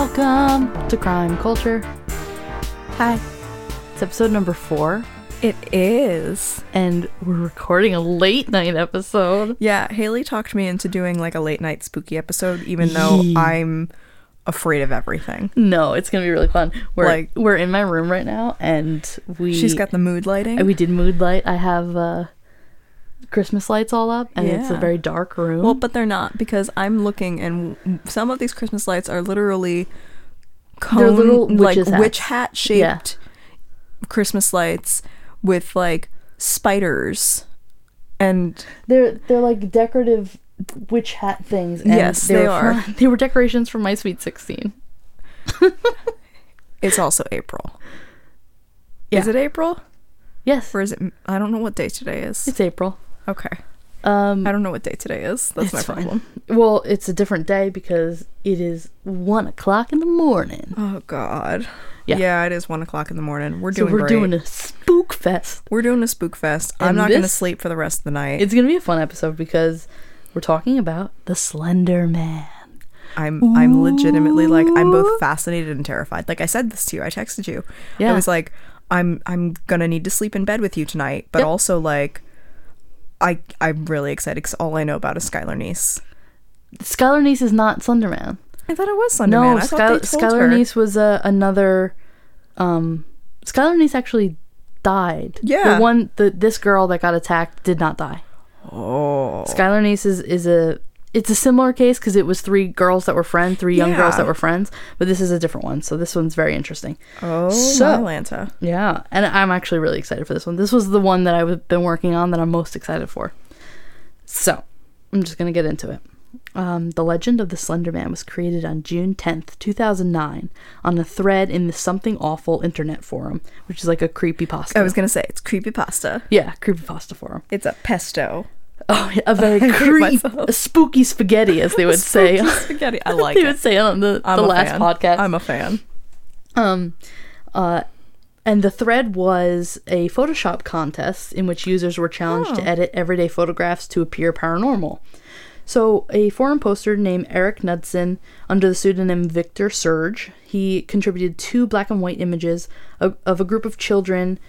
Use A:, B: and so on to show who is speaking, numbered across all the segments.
A: Welcome to Crime Culture.
B: Hi.
A: It's episode number four,
B: It is.
A: and we're recording a late night episode.
B: Yeah, Haley talked me into doing like a late night spooky episode, even though
A: Yee.
B: I'm afraid of everything.
A: No, it's gonna be really fun. We're
B: Like-
A: we're in my room right now, and we
B: She's got the mood lighting.
A: and we did mood light. I have uh, Christmas lights all up, and it's a
B: Yeah.
A: very dark room.
B: well, but they're not because I'm looking, and w- some of these Christmas lights are literally cone,
A: They're little
B: like
A: witches'
B: witch
A: hats.
B: hat shaped Christmas lights with like spiders and
A: they're they're like decorative witch hat things. And
B: Yes, they
A: were
B: are.
A: from- they were decorations for my sweet sixteen.
B: it's also April. Is
A: Yeah.
B: it April
A: Yes,
B: or is it? I don't know what day today is.
A: it's April.
B: Okay,
A: Um,
B: I don't know what day today is. That's my
A: It's fine.
B: problem.
A: Well, it's a different day because it is one o'clock in the morning.
B: Oh God.
A: Yeah.
B: it is one o'clock in the morning. We're
A: So
B: doing
A: we're
B: great.
A: doing a spook fest.
B: we're doing a spook fest. I'm
A: And
B: not gonna
A: this-
B: sleep for the rest of the night.
A: It's gonna be a fun episode because we're talking about the Slender Man.
B: I'm I'm legitimately like I'm both fascinated and terrified. Like I said this to you, I texted you.
A: Yeah.
B: I was like, I'm I'm gonna need to sleep in bed with you tonight, but
A: Yep.
B: also like I I'm really excited because all I know about is Skylar Niece.
A: Skylar Niece is not Slender Man.
B: I thought it was Sunday
A: No,
B: Man. I thought they
A: Sky-
B: told
A: Skylar
B: her.
A: Niece was uh, another. Um, Skylar Niece actually died.
B: Yeah.
A: the one the this girl that got attacked did not die.
B: Oh,
A: Skylar Niece is, is a it's a similar case because it was three girls that were friends, three young girls
B: Yeah.
A: that were friends, but this is a different one. So this one's very interesting.
B: oh,
A: So-
B: Atlanta.
A: Yeah, and I'm actually really excited for this one. This was the one that I've been working on that I'm most excited for. So, I'm just going to get into it. Um, the legend of the Slender Man was created on June 10th, 2009, on a thread in the Something Awful internet forum, which is like a creepypasta.
B: I was gonna say it's creepy pasta.
A: yeah, creepypasta forum.
B: It's a pesto
A: Oh, yeah, a very creep,
B: myself.
A: a spooky spaghetti, as they would say.
B: spaghetti. I like
A: they
B: it.
A: would say on the,
B: I'm
A: the
B: a
A: last
B: fan.
A: podcast.
B: I'm a fan.
A: Um, uh, and the thread was a Photoshop contest in which users were challenged to edit everyday photographs to appear paranormal. So, a forum poster named Eric Knudsen, under the pseudonym Victor Surge, he contributed two black and white images of, of a group of children,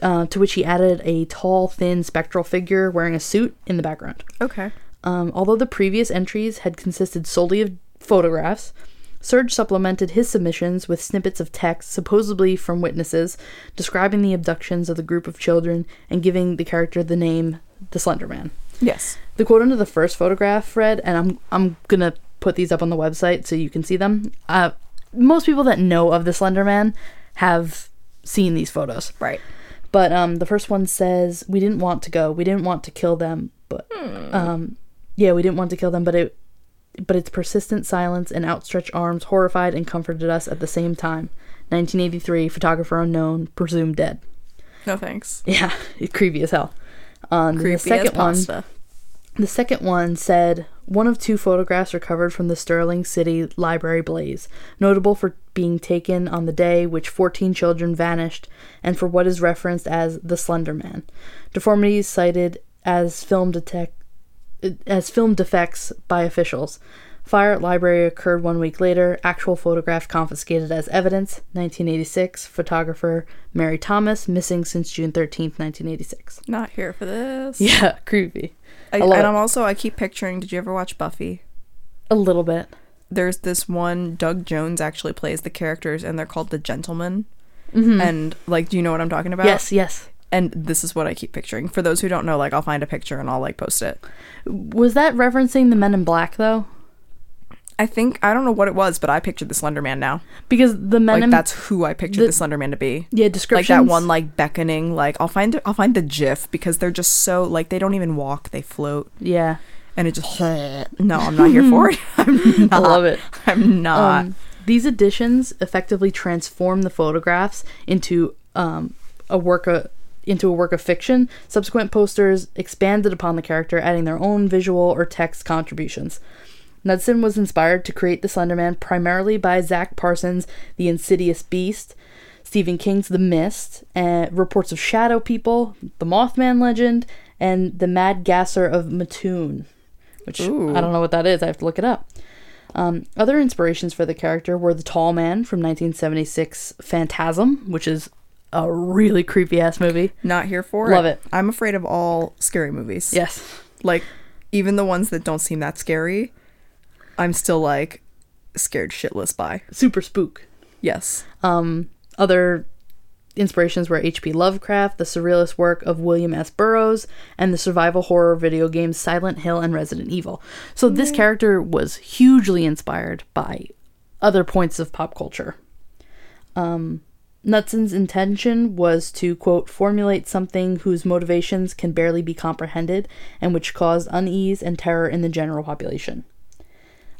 A: uh, to which he added a tall, thin, spectral figure wearing a suit in the background.
B: Okay.
A: Um, although the previous entries had consisted solely of photographs, Serge supplemented his submissions with snippets of text, supposedly from witnesses, describing the abductions of the group of children and giving the character the name the Slender Man.
B: Yes.
A: The quote under the first photograph, Fred, and I'm I'm gonna put these up on the website so you can see them. Uh, most people that know of the Slender Man have seen these photos.
B: Right.
A: But um, the first one says, "We didn't want to go. We didn't want to kill them, but um, yeah, we didn't want to kill them. But it, but its persistent silence and outstretched arms horrified and comforted us at the same time." 1983, photographer unknown, presumed dead.
B: No thanks.
A: Yeah, creepy as hell. Um, the second one, the second one said one of two photographs recovered from the Sterling City Library blaze, notable for being taken on the day which 14 children vanished and for what is referenced as the Slender Man. Deformities cited as film detect as film defects by officials. Fire at library occurred one week later. Actual photograph confiscated as evidence. 1986. Photographer Mary Thomas missing since June 13th, 1986.
B: Not here for this.
A: Yeah, creepy.
B: I,
A: I love
B: and
A: it.
B: I'm also I keep picturing. Did you ever watch Buffy?
A: A little bit.
B: There's this one Doug Jones actually plays the characters, and they're called the Gentlemen. And like, do you know what I'm talking about?
A: Mm-hmm. Yes, yes.
B: And this is what I keep picturing. For those who don't know, like, I'll find a picture and I'll like post it.
A: Was that referencing the Men in Black though?
B: I think I don't know what it was, but I pictured the Slender Man now.
A: Because the Men
B: Like
A: in
B: that's who I pictured
A: the-
B: the, Slender Man to be.
A: yeah
B: Like
A: description
B: that one, like beckoning. Like I'll find I'll find the GIF because they're just so like they don't even walk; they float.
A: yeah
B: and it just no i'm not here for it i'm not
A: I love it.
B: i'm not
A: Um, these additions effectively transform the photographs into um, a work of into a work of fiction. Subsequent posters expanded upon the character, adding their own visual or text contributions. Knudsen was inspired to create the Slender Man primarily by Zach Parsons' The Insidious Beast, Stephen King's The Mist, and reports of Shadow People, The Mothman Legend, and The Mad Gasser of Mattoon, which I don't know what that is. I have to look it up. Um, other inspirations for the character were the tall man from 1976 Phantasm, which is a really creepy ass movie.
B: Not here for
A: Love it.
B: I'm afraid of all scary movies.
A: Yes.
B: Like, even the ones that don't seem that scary, I'm still like scared shitless by.
A: Super spook.
B: Yes.
A: Um, other inspirations were H.P. Lovecraft, the surrealist work of William S. Burroughs, and the survival horror video games Silent Hill and Resident Evil. So this character was hugely inspired by other points of pop culture. Um, Nutson's intention was to, quote, formulate something whose motivations can barely be comprehended and which caused unease and terror in the general population.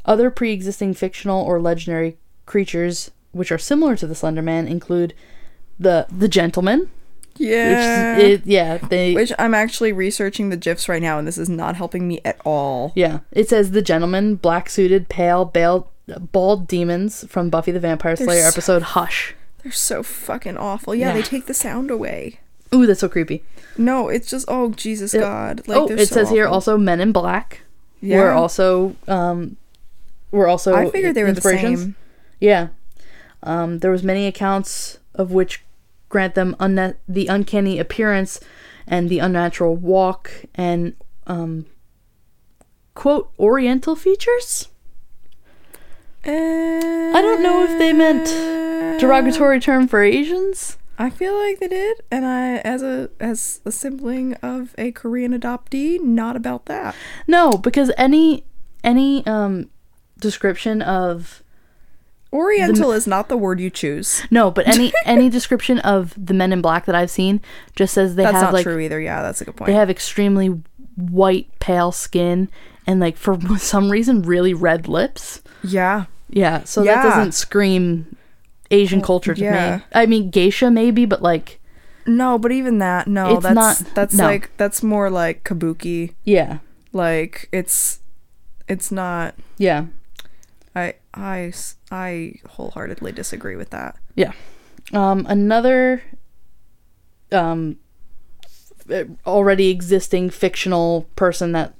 A: Other pre existing fictional or legendary creatures which are similar to the Slender Man include the the gentleman.
B: Yeah.
A: Which is, it, yeah, they
B: Eh. Which I'm actually researching the gifs right now, and this is not helping me at all.
A: yeah. It says the gentleman, black suited, pale, bald, bald demons from Buffy the Vampire Slayer
B: so-
A: episode Hush.
B: They're so fucking awful. Yeah, they
A: Yeah.
B: take the sound away.
A: Ooh, that's so creepy.
B: No, it's just oh Jesus
A: It-
B: God. Like,
A: oh,
B: they're
A: it
B: so
A: says here
B: awful.
A: also Men in Black.
B: Yeah.
A: We're also um, we're also
B: I figured they were the
A: inspirations.
B: same.
A: Yeah. Um, there was many accounts of which grant them unna- the uncanny appearance and the unnatural walk and um, quote oriental features.
B: I
A: don't know if they meant Derogatory term for Asians.
B: I feel like they did, and I, as a as a sibling of a Korean adoptee, not about that.
A: No, because any any um, description of
B: Oriental is not the word you choose.
A: no, but any any description of the men in black that I've seen just says they
B: That's
A: have
B: not
A: like
B: true either. Yeah, that's a good point.
A: they have extremely white pale skin and like for some reason really red lips.
B: yeah,
A: Yeah, so
B: Yeah. Oh,
A: that doesn't scream Asian culture to
B: yeah.
A: me. I mean, geisha maybe, but like,
B: no, but even that, no,
A: It's
B: that's
A: not-
B: that's
A: no.
B: like that's more like kabuki.
A: yeah,
B: Like it's it's not.
A: yeah,
B: I I s- I wholeheartedly disagree with that.
A: yeah. Um, another um, f- already existing fictional person that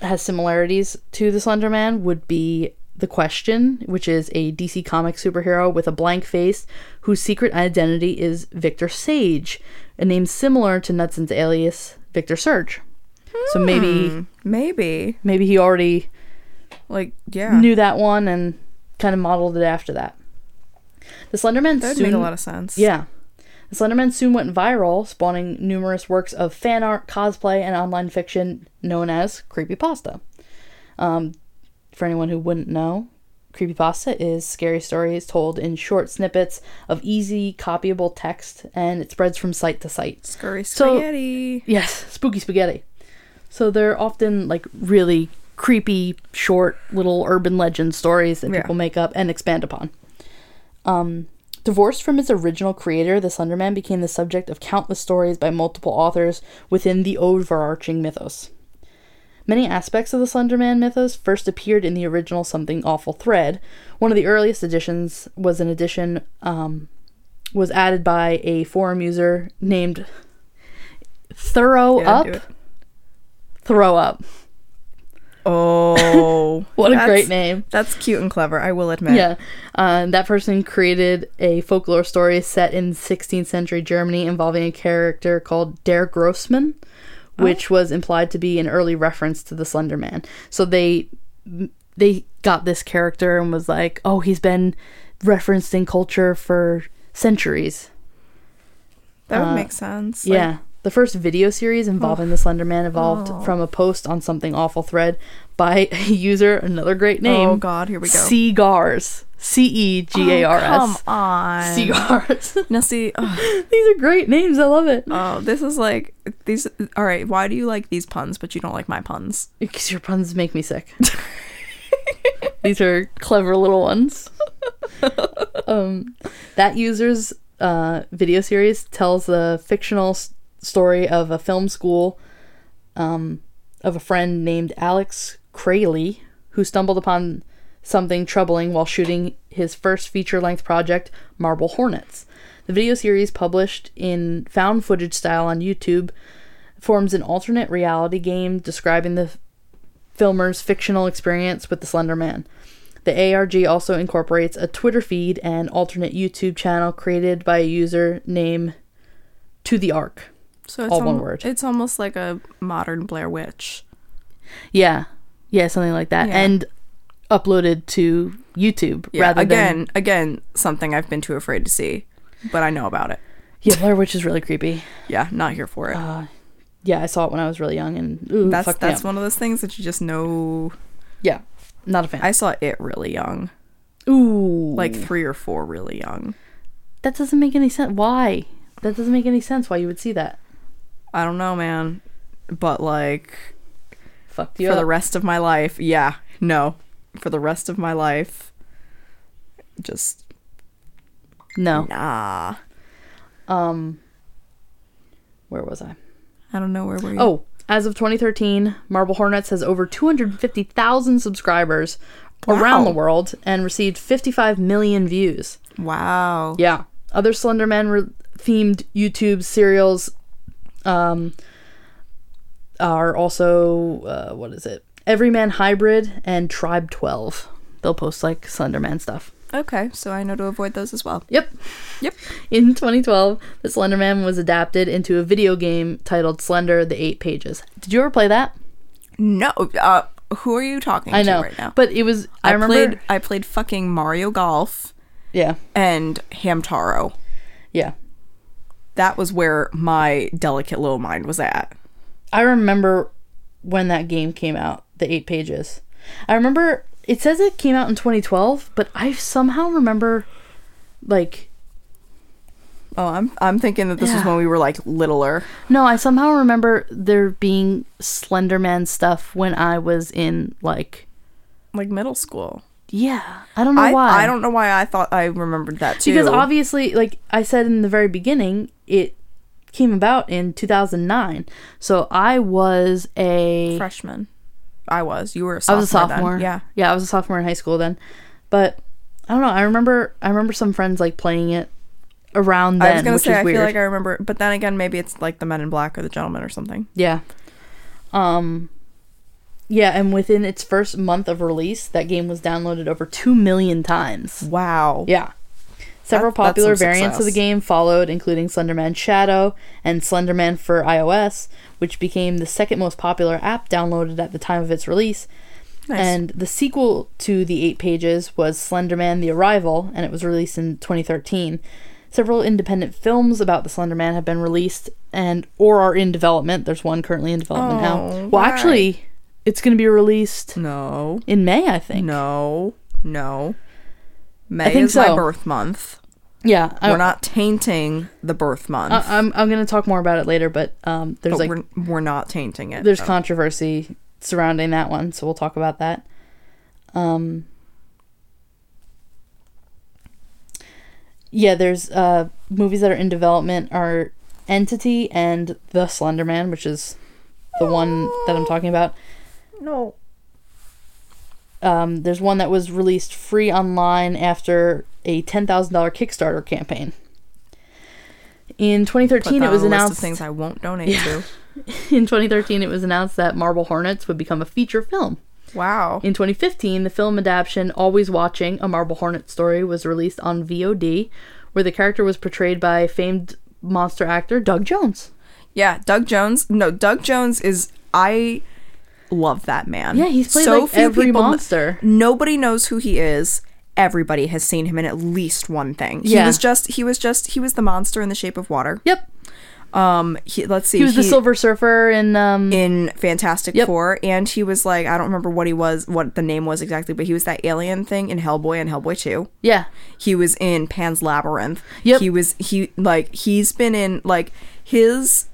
A: has similarities to the Slender Man would be the Question, which is a DC comic superhero with a blank face whose secret identity is Victor Sage, a name similar to Nutson's alias Victor Surge. So maybe
B: Hmm. Maybe
A: maybe he already
B: like yeah,
A: knew that one and kind of modeled it after that. The Slenderman
B: that'd
A: soon,
B: make a lot of sense.
A: yeah, the Slenderman soon went viral, spawning numerous works of fan art, cosplay, and online fiction known as creepypasta. Um, for anyone who wouldn't know, creepypasta is scary stories told in short snippets of easy copyable text, and it spreads from site to site.
B: Scurry
A: So-
B: spaghetti.
A: Yes, spooky spaghetti. So they're often like really creepy, short little urban legend stories that
B: Yeah.
A: people make up and expand upon. Um, divorced from its original creator, The Slender Man became the subject of countless stories by multiple authors within the overarching mythos. Many aspects of the Slender Man mythos first appeared in the original Something Awful thread. One of the earliest editions was an edition um, was added by a forum user named Throw
B: Yeah,
A: Up
B: do it.
A: Throw Up.
B: Oh,
A: What a
B: that's-
A: great name.
B: That's cute and clever. I will admit.
A: Yeah. Uh, that person created a folklore story set in 16th century Germany involving a character called Der Grossmann,
B: Oh.
A: which was implied to be an early reference to the Slender Man. So they they got this character and was like, "Oh, he's been referenced in culture for centuries."
B: that would make sense.
A: uh,
B: Like,
A: yeah. The first video series involving
B: Oh.
A: the Slender Man evolved from a post on something awful thread by a user, another great name.
B: Oh God, here we go. Oh,
A: Cigars. C E G A R
B: Come
A: S.
B: on.
A: Cigars.
B: now see, oh,
A: These are great names. I love it.
B: oh, this is like these. All right, why do you like these puns but you don't like my puns?
A: Because your puns make me sick. These are clever little ones. um, that user's uh, video series tells the fictional s- story of a film school um, of a friend named Alex Crayley who stumbled upon something troubling while shooting his first feature length project, Marble Hornets. The video series, published in found footage style on YouTube, forms an alternate reality game describing the filmer's fictional experience with the Slender Man. The ARG also incorporates a Twitter feed and alternate YouTube channel created by a user named To the Ark.
B: So it's
A: All one
B: almo-
A: word.
B: It's almost like a modern Blair Witch.
A: Yeah. Yeah, something like that.
B: Yeah.
A: And uploaded to YouTube
B: Yeah,
A: rather
B: again,
A: than
B: again, something I've been too afraid to see, but I know about it.
A: Yeah, Blair Witch is really creepy.
B: Yeah, not here for it.
A: Uh, Yeah, I saw it when I was really young and ooh,
B: that's
A: fucked me
B: that's
A: up.
B: one of those things that you just know.
A: Yeah. Not a fan.
B: I saw it really young,
A: ooh.
B: like three or four, really young.
A: that doesn't make any sense. Why? That doesn't make any sense why you would see that.
B: I don't know, man, but like
A: Fucked you
B: for
A: up.
B: the rest of my life, yeah, no, for the rest of my life, just
A: no.
B: nah.
A: Um where was I?
B: I don't know where were you.
A: Oh, as of 2013, Marble Hornets has over 250,000 subscribers around the
B: Wow.
A: world and received 55 million views.
B: wow.
A: Yeah. Other Slenderman re- themed YouTube serials um, are also, uh, what is it? Everyman Hybrid and Tribe 12. They'll post like Slenderman stuff.
B: Okay, so I know to avoid those as well.
A: Yep.
B: Yep.
A: In 2012, The Slenderman was adapted into a video game titled Slender the Eight Pages. Did you ever play that?
B: No, uh, who are you talking
A: I
B: to
A: know.
B: right now?
A: But it was, I, remember.
B: played I played fucking Mario Golf
A: Yeah.
B: and Hamtaro.
A: Yeah.
B: That was where my delicate little mind was at.
A: I remember when that game came out, the eight pages. I remember it says it came out in 2012, but I somehow remember, like,
B: Oh, I'm I'm thinking that this was
A: Yeah.
B: when we were like littler.
A: no, I somehow remember there being Slenderman stuff when I was in, like,
B: Like middle school.
A: yeah. I don't know
B: I,
A: why.
B: I don't know why I thought I remembered that too.
A: Because obviously, like I said in the very beginning, it came about in 2009. So I was a.
B: freshman. I was. You were a
A: I
B: sophomore.
A: was a sophomore.
B: Then. Yeah.
A: yeah, I was a sophomore in high school then, but I don't know. I remember, I remember some friends like playing it around then,
B: I was gonna
A: which
B: say
A: is
B: I
A: weird.
B: feel like I remember but then again maybe it's like the men in black or the gentleman or something.
A: yeah, um, yeah, and within its first month of release, that game was downloaded over two million times.
B: Wow.
A: Yeah. Several
B: That- that's
A: popular
B: some
A: variants of the
B: success.
A: game followed, including Slenderman Shadow and Slenderman for iOS, which became the second most popular app downloaded at the time of its release.
B: Nice.
A: And the sequel to the eight pages was Slenderman: The Arrival, and it was released in 2013. Several independent films about the Slenderman have been released and or are in development. There's one currently in development
B: Oh,
A: now. Well,
B: why?
A: actually, it's going to be released
B: no.
A: in May, I think.
B: No. No. May
A: think
B: is my
A: so. Oh.
B: birth month.
A: Yeah, I,
B: we're not tainting the birth month.
A: I, am Uh, I'm going to talk more about Uh-uh. it later, but um, there's
B: but
A: like
B: Oh, we're, we're not tainting it.
A: there's controversy surrounding that one, so we'll talk about that. Um, yeah, there's uh, movies that are in development are Entity and The Slender Man, which is the one that I'm talking about.
B: no.
A: Um, there's one that was released free online after a $10,000 Kickstarter campaign. In 2013, it was
B: list
A: announced.
B: of things I won't donate to.
A: In 2013, it was announced that Marble Hornets would become a feature film.
B: Wow.
A: In 2015, the film adaptation Always Watching, a Marble Hornet story, was released on VOD, where the character was portrayed by famed monster actor Doug Jones.
B: Yeah, Doug Jones. No, Doug Jones is I love that man.
A: Yeah, he's played like
B: few
A: every
B: people kn-
A: monster.
B: nobody knows who he is. Everybody has seen him in at least one thing. He
A: Yeah.
B: was just he was just he was the monster in the shape of water.
A: Yep.
B: Um he, let's see.
A: He was the Silver Surfer in um
B: in Fantastic
A: Yep.
B: Four, and he was like I don't remember what he was, what the name was exactly, but he was that alien thing in Hellboy and Hellboy Two.
A: yeah.
B: He was in Pan's Labyrinth.
A: Yep.
B: He was he like he's been in like his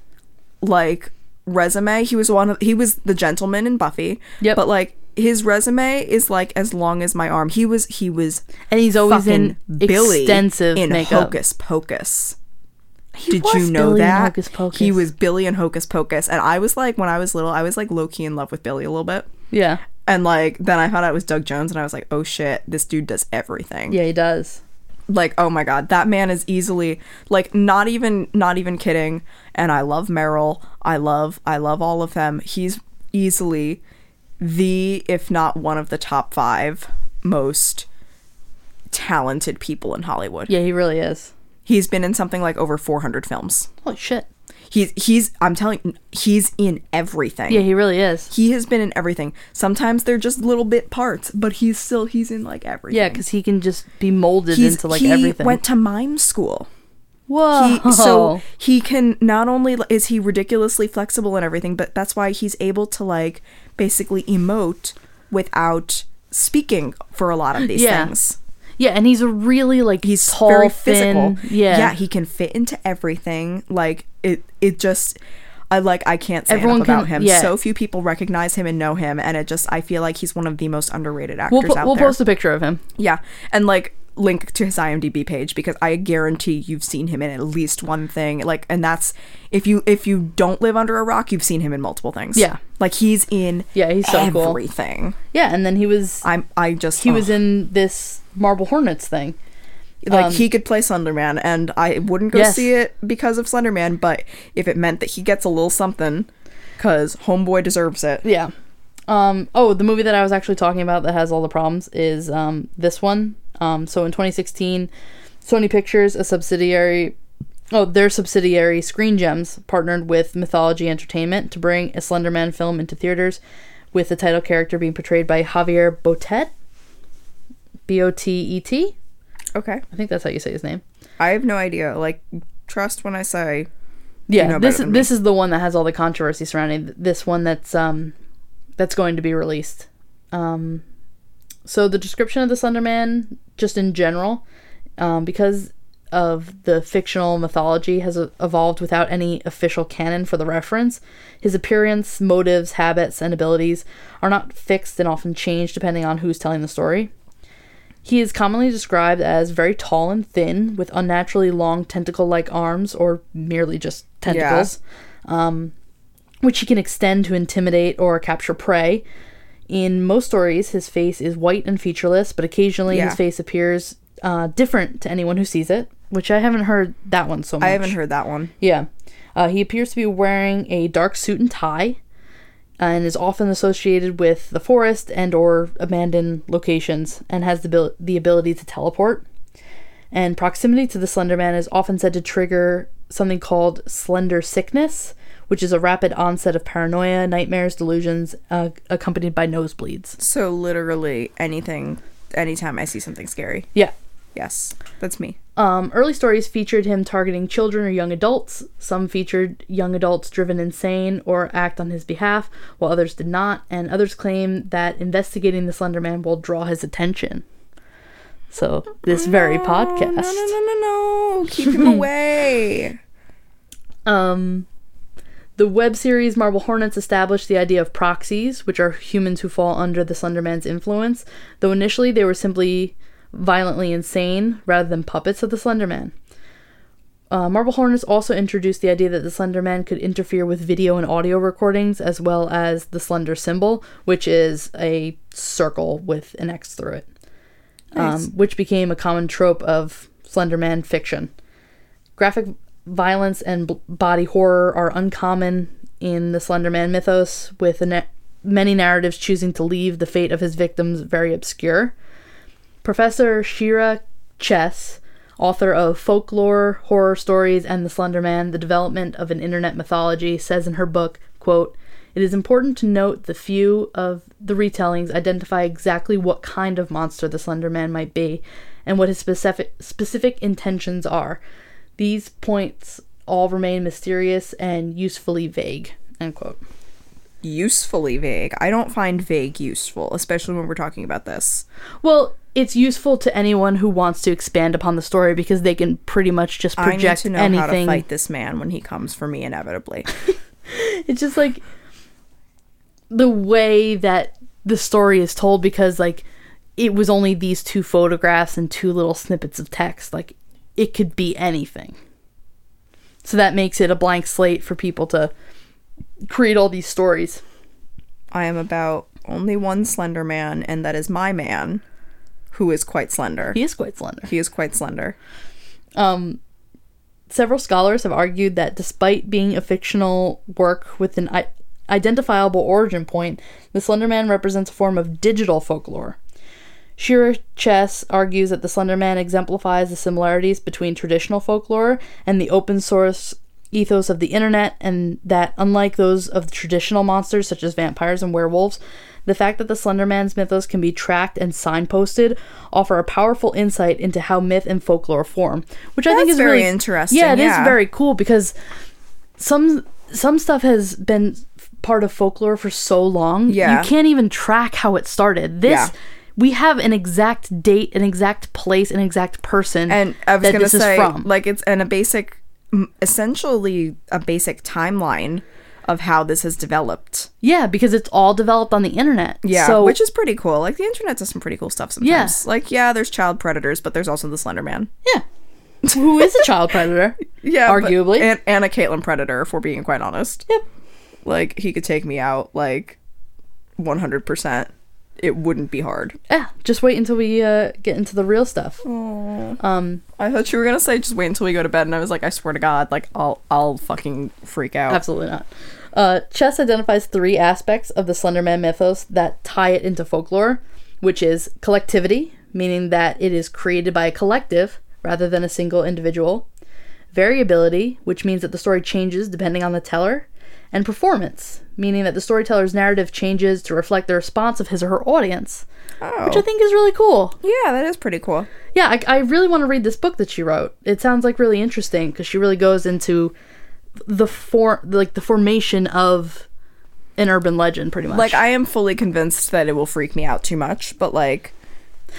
B: like resume. He was one of he was the gentleman in Buffy.
A: Yep.
B: But like his resume is like as long as my arm. He was he was
A: And he's always in
B: fucking Billy
A: extensive
B: in
A: makeup.
B: Hocus Pocus.
A: He
B: Did
A: was
B: you know
A: Billy in
B: that
A: Hocus Pocus.
B: he was Billy in Hocus Pocus? And I was like, when I was little, I was like low key in love with Billy a little bit.
A: Yeah.
B: And like then I found out it was Doug Jones, and I was like, oh shit, this dude does everything.
A: Yeah, he does.
B: Like oh my god, that man is easily like not even not even kidding. And I love Meryl. I love I love all of them. He's easily the if not one of the top five most talented people in Hollywood.
A: Yeah, he really is.
B: He's been in something like over 400 films.
A: Holy shit.
B: He's he's I'm telling you, he's in everything.
A: Yeah, he really is.
B: He has been in everything. Sometimes they're just little bit parts, but he's still he's in like everything.
A: Yeah, because he can just be molded
B: He's-
A: into like
B: he
A: everything.
B: went to mime school.
A: Whoa.
B: He, so he can not only is he ridiculously flexible and everything, but that's why he's able to like basically emote without speaking for a lot of these
A: Yeah.
B: things.
A: yeah, and he's a really like
B: He's
A: tall,
B: very physical.
A: thin- Yeah,
B: yeah, he can fit into everything. Like it, it just. I like I can't say
A: Everyone
B: enough about
A: can-
B: him.
A: yeah.
B: So few people recognize him and know him, and it just I feel like he's one of the most underrated actors
A: we'll po-
B: out
A: we'll
B: there.
A: post a picture of him.
B: Yeah, and like link to his IMDb page because I guarantee you've seen him in at least one thing. Like, and that's if you if you don't live under a rock, you've seen him in multiple things.
A: Yeah.
B: like he's in
A: Yeah, he's so cool.
B: everything.
A: Yeah, and then he was
B: I'm I just
A: he was in this Marble Hornets thing.
B: like he could play Slenderman, and I wouldn't go
A: um, Yes.
B: see it because of Slenderman. But if it meant that he gets a little something, because homeboy deserves it.
A: Yeah. Um, oh, the movie that I was actually talking about that has all the problems is um, this one. Um, so in 2016, Sony Pictures, a subsidiary, oh, their subsidiary Screen Gems, partnered with Mythology Entertainment to bring a Slenderman film into theaters, with the title character being portrayed by Javier Botet. B O T E T.
B: Okay,
A: I think that's how you say his name.
B: I have no idea. Like, trust when I say
A: Yeah, this
B: know better
A: is
B: than me.
A: this is the one that has all the controversy surrounding th- this one that's um that's going to be released. Um, so the description of the Slender Man, just in general, um, because of the fictional mythology has e- evolved without any official canon for the reference. His appearance, motives, habits, and abilities are not fixed and often change depending on who's telling the story. He is commonly described as very tall and thin, with unnaturally long tentacle like arms or merely just tentacles, um, which he can extend to intimidate or capture prey. In most stories, his face is white and featureless, but occasionally
B: Yeah.
A: his face appears uh, different to anyone who sees it, which I haven't heard that one so much.
B: I haven't heard that one.
A: Yeah. Uh, he appears to be wearing a dark suit and tie and is often associated with the forest and or abandoned locations and has the, abil- the ability to teleport. And proximity to the Slender Man is often said to trigger something called Slender Sickness, which is a rapid onset of paranoia, nightmares, delusions, uh, accompanied by nosebleeds.
B: So literally anything, anytime I see something scary.
A: Yeah.
B: Yes, that's me.
A: Um, early stories featured him targeting children or young adults. Some featured young adults driven insane or act on his behalf, while others did not, and others claim that investigating the Slender Man will draw his attention. So, this very podcast.
B: No, no, no, no, no! Keep him away.
A: Um, the web series Marble Hornets established the idea of proxies, which are humans who fall under the Slender Man's influence, though initially they were simply violently insane rather than puppets of the Slender Man. Uh, Marble Hornets also introduced the idea that the Slender Man could interfere with video and audio recordings, as well as the Slender symbol, which is a circle with an X through it, um, which became a common trope of Slender Man fiction. Graphic violence and b- body horror are uncommon in the Slender Man mythos, with a na- many narratives choosing to leave the fate of his victims very obscure. Professor Shira Chess, author of Folklore, Horror Stories, and The Slender Man, The Development of an Internet Mythology, says in her book, quote, It is important to note the few of the retellings identify exactly what kind of monster the Slender Man might be and what his specific, specific intentions are. These points all remain mysterious and usefully vague, end quote.
B: Usefully vague. I don't find vague useful, especially when we're talking about this.
A: Well, it's useful to anyone who wants to expand upon the story because they can pretty much just project
B: I need to know
A: anything.
B: how to fight this man when he comes for me inevitably.
A: It's just like the way that the story is told because like it was only these two photographs and two little snippets of text. Like it could be anything. So that makes it a blank slate for people to create all these stories.
B: I am about only one slender man, and that is my man, who is quite slender.
A: He is quite slender.
B: He is quite slender.
A: Um, several scholars have argued that despite being a fictional work with an I- identifiable origin point, the Slender Man represents a form of digital folklore. Shira Chess argues that the Slender Man exemplifies the similarities between traditional folklore and the open source ethos of the internet, and that unlike those of traditional monsters such as vampires and werewolves, the fact that the Slender Man's mythos can be tracked and signposted offer a powerful insight into how myth and folklore form, which I think
B: That's
A: is
B: very
A: really
B: interesting,
A: Yeah, it is
B: yeah.
A: very cool because some some stuff has been f- part of folklore for so long.
B: Yeah.
A: you can't even track how it started. This.
B: Yeah.
A: We have an exact date, an exact place, an exact person,
B: and I was
A: that
B: gonna
A: this is
B: say
A: from.
B: like it's and a basic, m- essentially a basic timeline of how this has developed.
A: Yeah, because it's all developed on the internet.
B: Yeah,
A: So
B: which is pretty cool. Like the internet does some pretty cool stuff sometimes. Like yeah, there's child predators, but there's also the Slender Man.
A: yeah, who is a child predator?
B: Yeah, but-
A: arguably.
B: and, and a Caitlyn predator. If we're being quite honest,
A: yep.
B: like he could take me out like, one hundred percent. It wouldn't be hard.
A: Yeah. Just wait until we uh, get into the real stuff. Um.
B: I thought you were gonna say just wait until we go to bed, and I was like, I swear to God, like I'll I'll fucking freak out.
A: Absolutely not. Uh, Chess identifies three aspects of the Slenderman mythos that tie it into folklore, which is collectivity, meaning that it is created by a collective rather than a single individual, variability, which means that the story changes depending on the teller, and performance, meaning that the storyteller's narrative changes to reflect the response of his or her audience, which I think is really cool.
B: Oh, Yeah, that is pretty cool.
A: Yeah, I, I really want to read this book that she wrote. It sounds like really interesting because she really goes into the for like the formation of an urban legend, pretty much.
B: Like I am fully convinced that it will freak me out too much, but like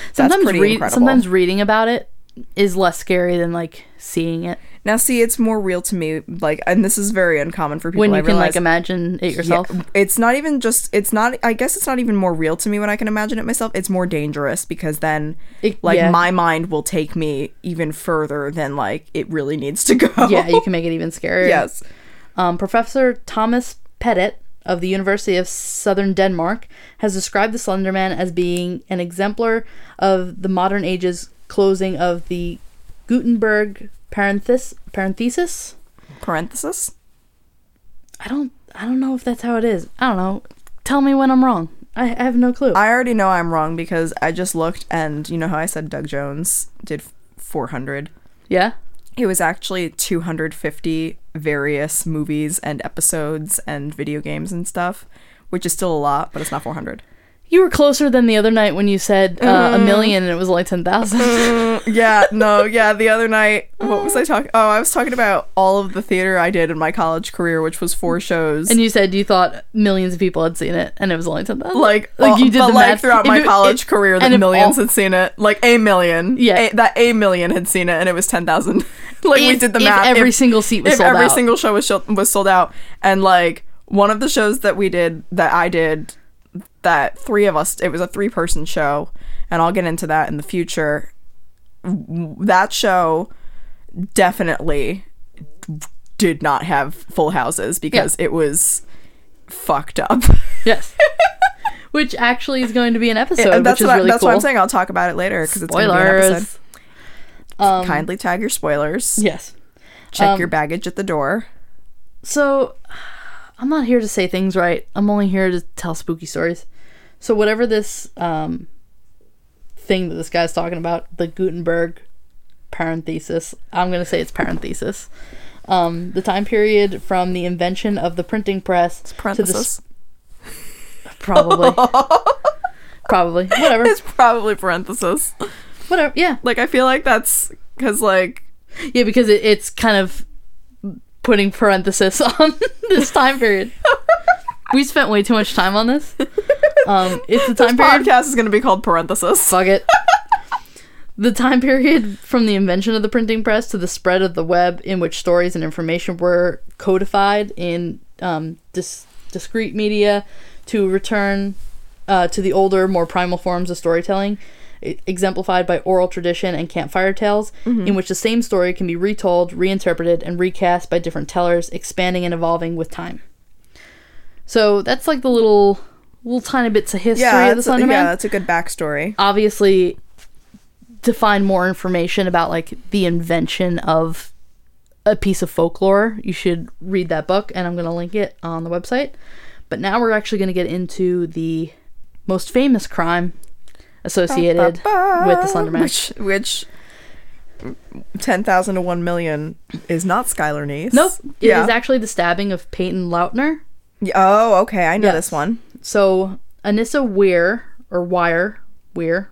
B: that's
A: sometimes
B: pretty
A: read-
B: incredible.
A: sometimes reading about it is less scary than like seeing it
B: now see, it's more real to me. Like, and this is very uncommon for people.
A: when
B: I
A: you can
B: realize.
A: like imagine it
B: Yeah,
A: yourself.
B: it's not even just. It's not. I guess it's not even more real to me when I can imagine it myself. It's more dangerous because then,
A: It-
B: like,
A: yeah.
B: my mind will take me even further than like it really needs to go.
A: Yeah, you can make it even scarier.
B: yes.
A: Um, Professor Thomas Pettit of the University of Southern Denmark has described the Slender Man as being an exemplar of the modern age's closing of the Gutenberg parenthes- parenthesis.
B: Parenthesis.
A: I don't, I don't know if that's how it is. I don't know. Tell me when I'm wrong. I, I have no clue.
B: I already know I'm wrong because I just looked and you know how I said Doug Jones did 400.
A: yeah,
B: It was actually 250 various movies and episodes and video games and stuff, which is still a lot, but it's not 400.
A: you were closer than the other night when you said uh,
B: Mm.
A: a million and it was only ten thousand.
B: yeah, no, yeah. The other night, what was I talking? Oh, I was talking about all of the theater I did in my college career, which was four shows.
A: and you said you thought millions of people had seen it and it was only ten thousand.
B: like,
A: Like,
B: uh,
A: you did
B: but
A: the
B: like
A: math.
B: throughout
A: If
B: my
A: it-
B: college
A: it-
B: career,
A: and
B: the
A: if
B: millions
A: all-
B: had seen it. Like a million,
A: Yeah.
B: A- that a million had seen it, and it was ten thousand. like we
A: If-
B: did the
A: if
B: math.
A: every single seat was
B: if
A: sold
B: every
A: out.
B: single show was shol- was sold out, and like one of the shows that we did that I did that three of us it was a three person show, and I'll get into that in the future. W- That show definitely did not have full houses because it was fucked up.
A: Yes. which actually is going to be an episode,
B: And that's
A: which is
B: what
A: really
B: I, that's
A: cool.
B: what I'm saying. I'll talk about it later because it's gonna be an episode.
A: Spoilers. Um,
B: Kindly tag your spoilers.
A: Yes.
B: Check
A: um,
B: your baggage at the door.
A: So, I'm not here to say things right. I'm only here to tell spooky stories. So, whatever this um, thing that this guy's talking about, the Gutenberg parenthesis, I'm going to say it's parenthesis. Um, the time period from the invention of the printing press to the
B: Parenthesis.
A: probably probably whatever
B: It's probably parenthesis.
A: whatever yeah
B: Like I feel like that's because like
A: Yeah, because it, it's kind of putting parenthesis on this time period. we spent way too much time on this. Um, it's the
B: this
A: time period.
B: podcast is going to be called parenthesis.
A: Fuck it. the time period from the invention of the printing press to the spread of the web, in which stories and information were codified in um, dis- discrete media, to return uh, to the older, more primal forms of storytelling, e- exemplified by oral tradition and campfire tales,
B: Mm-hmm.
A: in which the same story can be retold, reinterpreted, and recast by different tellers, expanding and evolving with time. So that's like the little, little tiny bits of history
B: Yeah,
A: of the
B: that's a,
A: Slender
B: yeah,
A: Man
B: that's a good backstory.
A: obviously to find more information about like the invention of a piece of folklore, you should read that book and I'm going to link it on the website. But now we're actually going to get into the most famous crime, a associated with the Slender Man.
B: Which, which 10,000 to 1 million is not Skylar Neese.
A: Nope, it is
B: yeah.
A: actually the stabbing of Peyton Lautner.
B: Yeah, Oh, okay. I know
A: Yes.
B: this one.
A: So Anissa Weir or Wire Weir,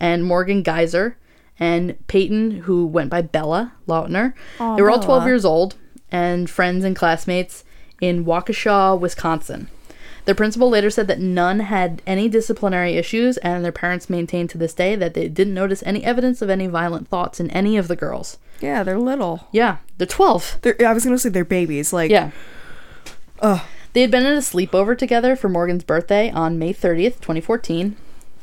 A: and Morgan Geyser and Peyton, who went by Bella Lautner, they were all 12 years old and friends and classmates in Waukesha, Wisconsin. Their principal later said that none had any disciplinary issues, and their parents maintained to this day that they didn't notice any evidence of any violent thoughts in any of the girls.
B: Yeah, they're little.
A: Yeah, they're 12.
B: They're, I was going to say they're babies. Like,
A: Yeah. They had been at a sleepover together for Morgan's birthday on May 30th, 2014.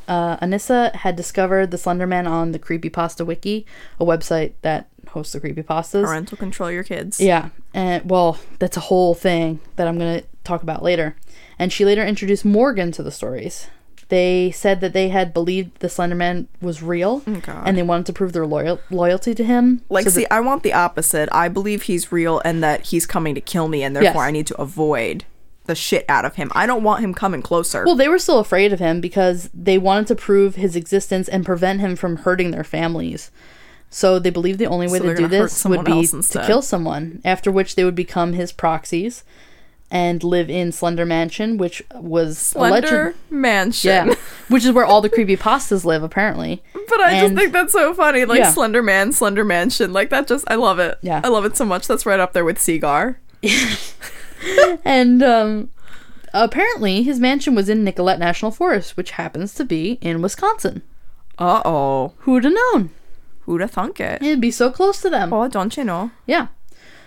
A: Uh, Anissa had discovered the Slender Man on the Creepypasta Wiki, a website that hosts the creepypastas.
B: parental control your kids.
A: Yeah. And well, that's a whole thing that I'm going to talk about later. And she later introduced Morgan to the stories. They said that they had believed the Slender Man was real
B: Oh, God.
A: and they wanted to prove their loyal- loyalty to him.
B: Like,
A: so
B: see, I want the opposite. I believe he's real and that he's coming to kill me, and therefore I need to avoid the shit out of him. I don't want him coming closer.
A: Well, they were still afraid of him because they wanted to prove his existence and prevent him from hurting their families. So they believed the only way to
B: they're
A: do
B: gonna hurt
A: this
B: someone
A: would be
B: else
A: to
B: instead.
A: kill someone, after which they would become his proxies and live in Slender Mansion, which was
B: Slender
A: alleged-
B: Mansion.
A: Yeah. which is where all the creepy pastas live apparently.
B: But I
A: And-
B: just think that's so funny. Like
A: Yeah.
B: Slender Man, Slender Mansion. Like that just I love it.
A: Yeah.
B: I love it so much. That's right up there with Seagar.
A: And um apparently his mansion was in Nicolette National Forest, which happens to be in Wisconsin.
B: Uh oh.
A: Who'd have known?
B: Who'd have thunk it?
A: It'd be so close to them.
B: Oh, don't you know?
A: Yeah.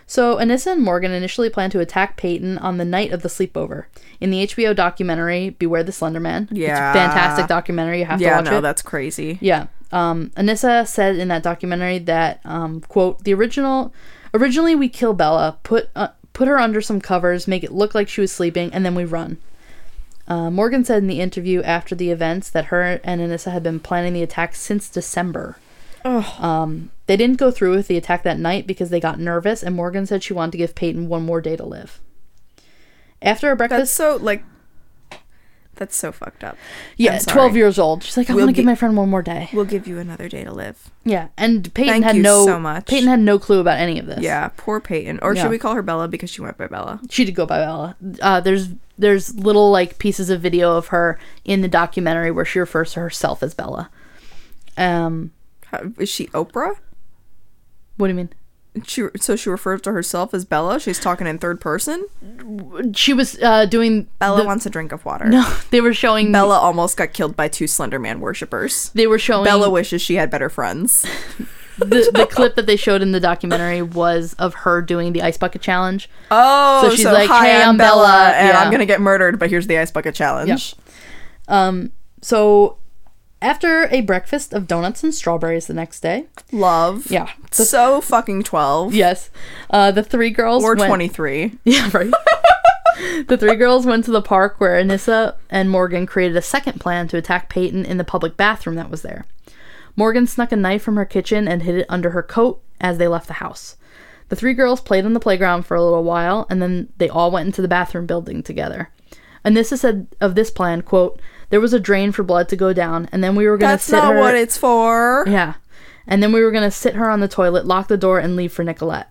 A: So Anissa and Morgan initially planned to attack Peyton on the night of the sleepover. In the HBO documentary Beware the Slender Man.
B: Yeah.
A: It's a fantastic documentary. You have
B: Yeah,
A: to watch
B: no,
A: it.
B: that's crazy.
A: yeah. Um, Anissa said in that documentary that um, quote the original originally we kill Bella, put uh, put her under some covers, make it look like she was sleeping, and then we run. Uh, Morgan said in the interview after the events that her and Anissa had been planning the attack since December. Um, they didn't go through with the attack that night because they got nervous, and Morgan said she wanted to give Peyton one more day to live. After a
B: That's
A: breakfast,
B: so like that's so fucked up.
A: yeah,
B: I'm sorry.
A: twelve years old, she's like, "I
B: We'll
A: want to give
B: gi-
A: my friend one more day."
B: We'll give you another day to live.
A: Yeah, and Peyton
B: Thank
A: had
B: you
A: no
B: so much.
A: Peyton had no clue about any of this.
B: Yeah, poor Peyton. Or
A: Yeah.
B: should we call her Bella because she went by Bella?
A: she did go by Bella. Uh, there's there's little like pieces of video of her in the documentary where she refers to herself as Bella. Um,
B: How- Is she Oprah?
A: what do you mean?
B: She so she refers to herself as Bella. She's talking in third person.
A: She was uh, doing
B: Bella wants a drink of water.
A: no. They were showing
B: Bella almost got killed by two Slender Man worshippers.
A: They were showing
B: Bella wishes she had better friends.
A: the, the clip that they showed in the documentary was of her doing the ice bucket challenge.
B: Oh,
A: So she's like, "Hey, I'm Bella,"
B: and
A: yeah.
B: I'm gonna get murdered, but here's the ice bucket challenge.
A: Um, so after a breakfast of donuts and strawberries the next day,
B: Love.
A: Yeah.
B: So fucking 12
A: yes, uh, the three girls
B: or
A: went-
B: 23.
A: Yeah, right. the three girls went to the park where Anissa and Morgan created a second plan to attack Peyton in the public bathroom that was there. Morgan snuck a knife from her kitchen and hid it under her coat as they left the house. The three girls played on the playground for a little while and then they all went into the bathroom building together. Anissa said of this plan, quote, there was a drain for blood to go down and then we were going to
B: That's
A: sit
B: not
A: her
B: what it's for.
A: yeah. And then we were going to sit her on the toilet, lock the door, and leave for Nicolette.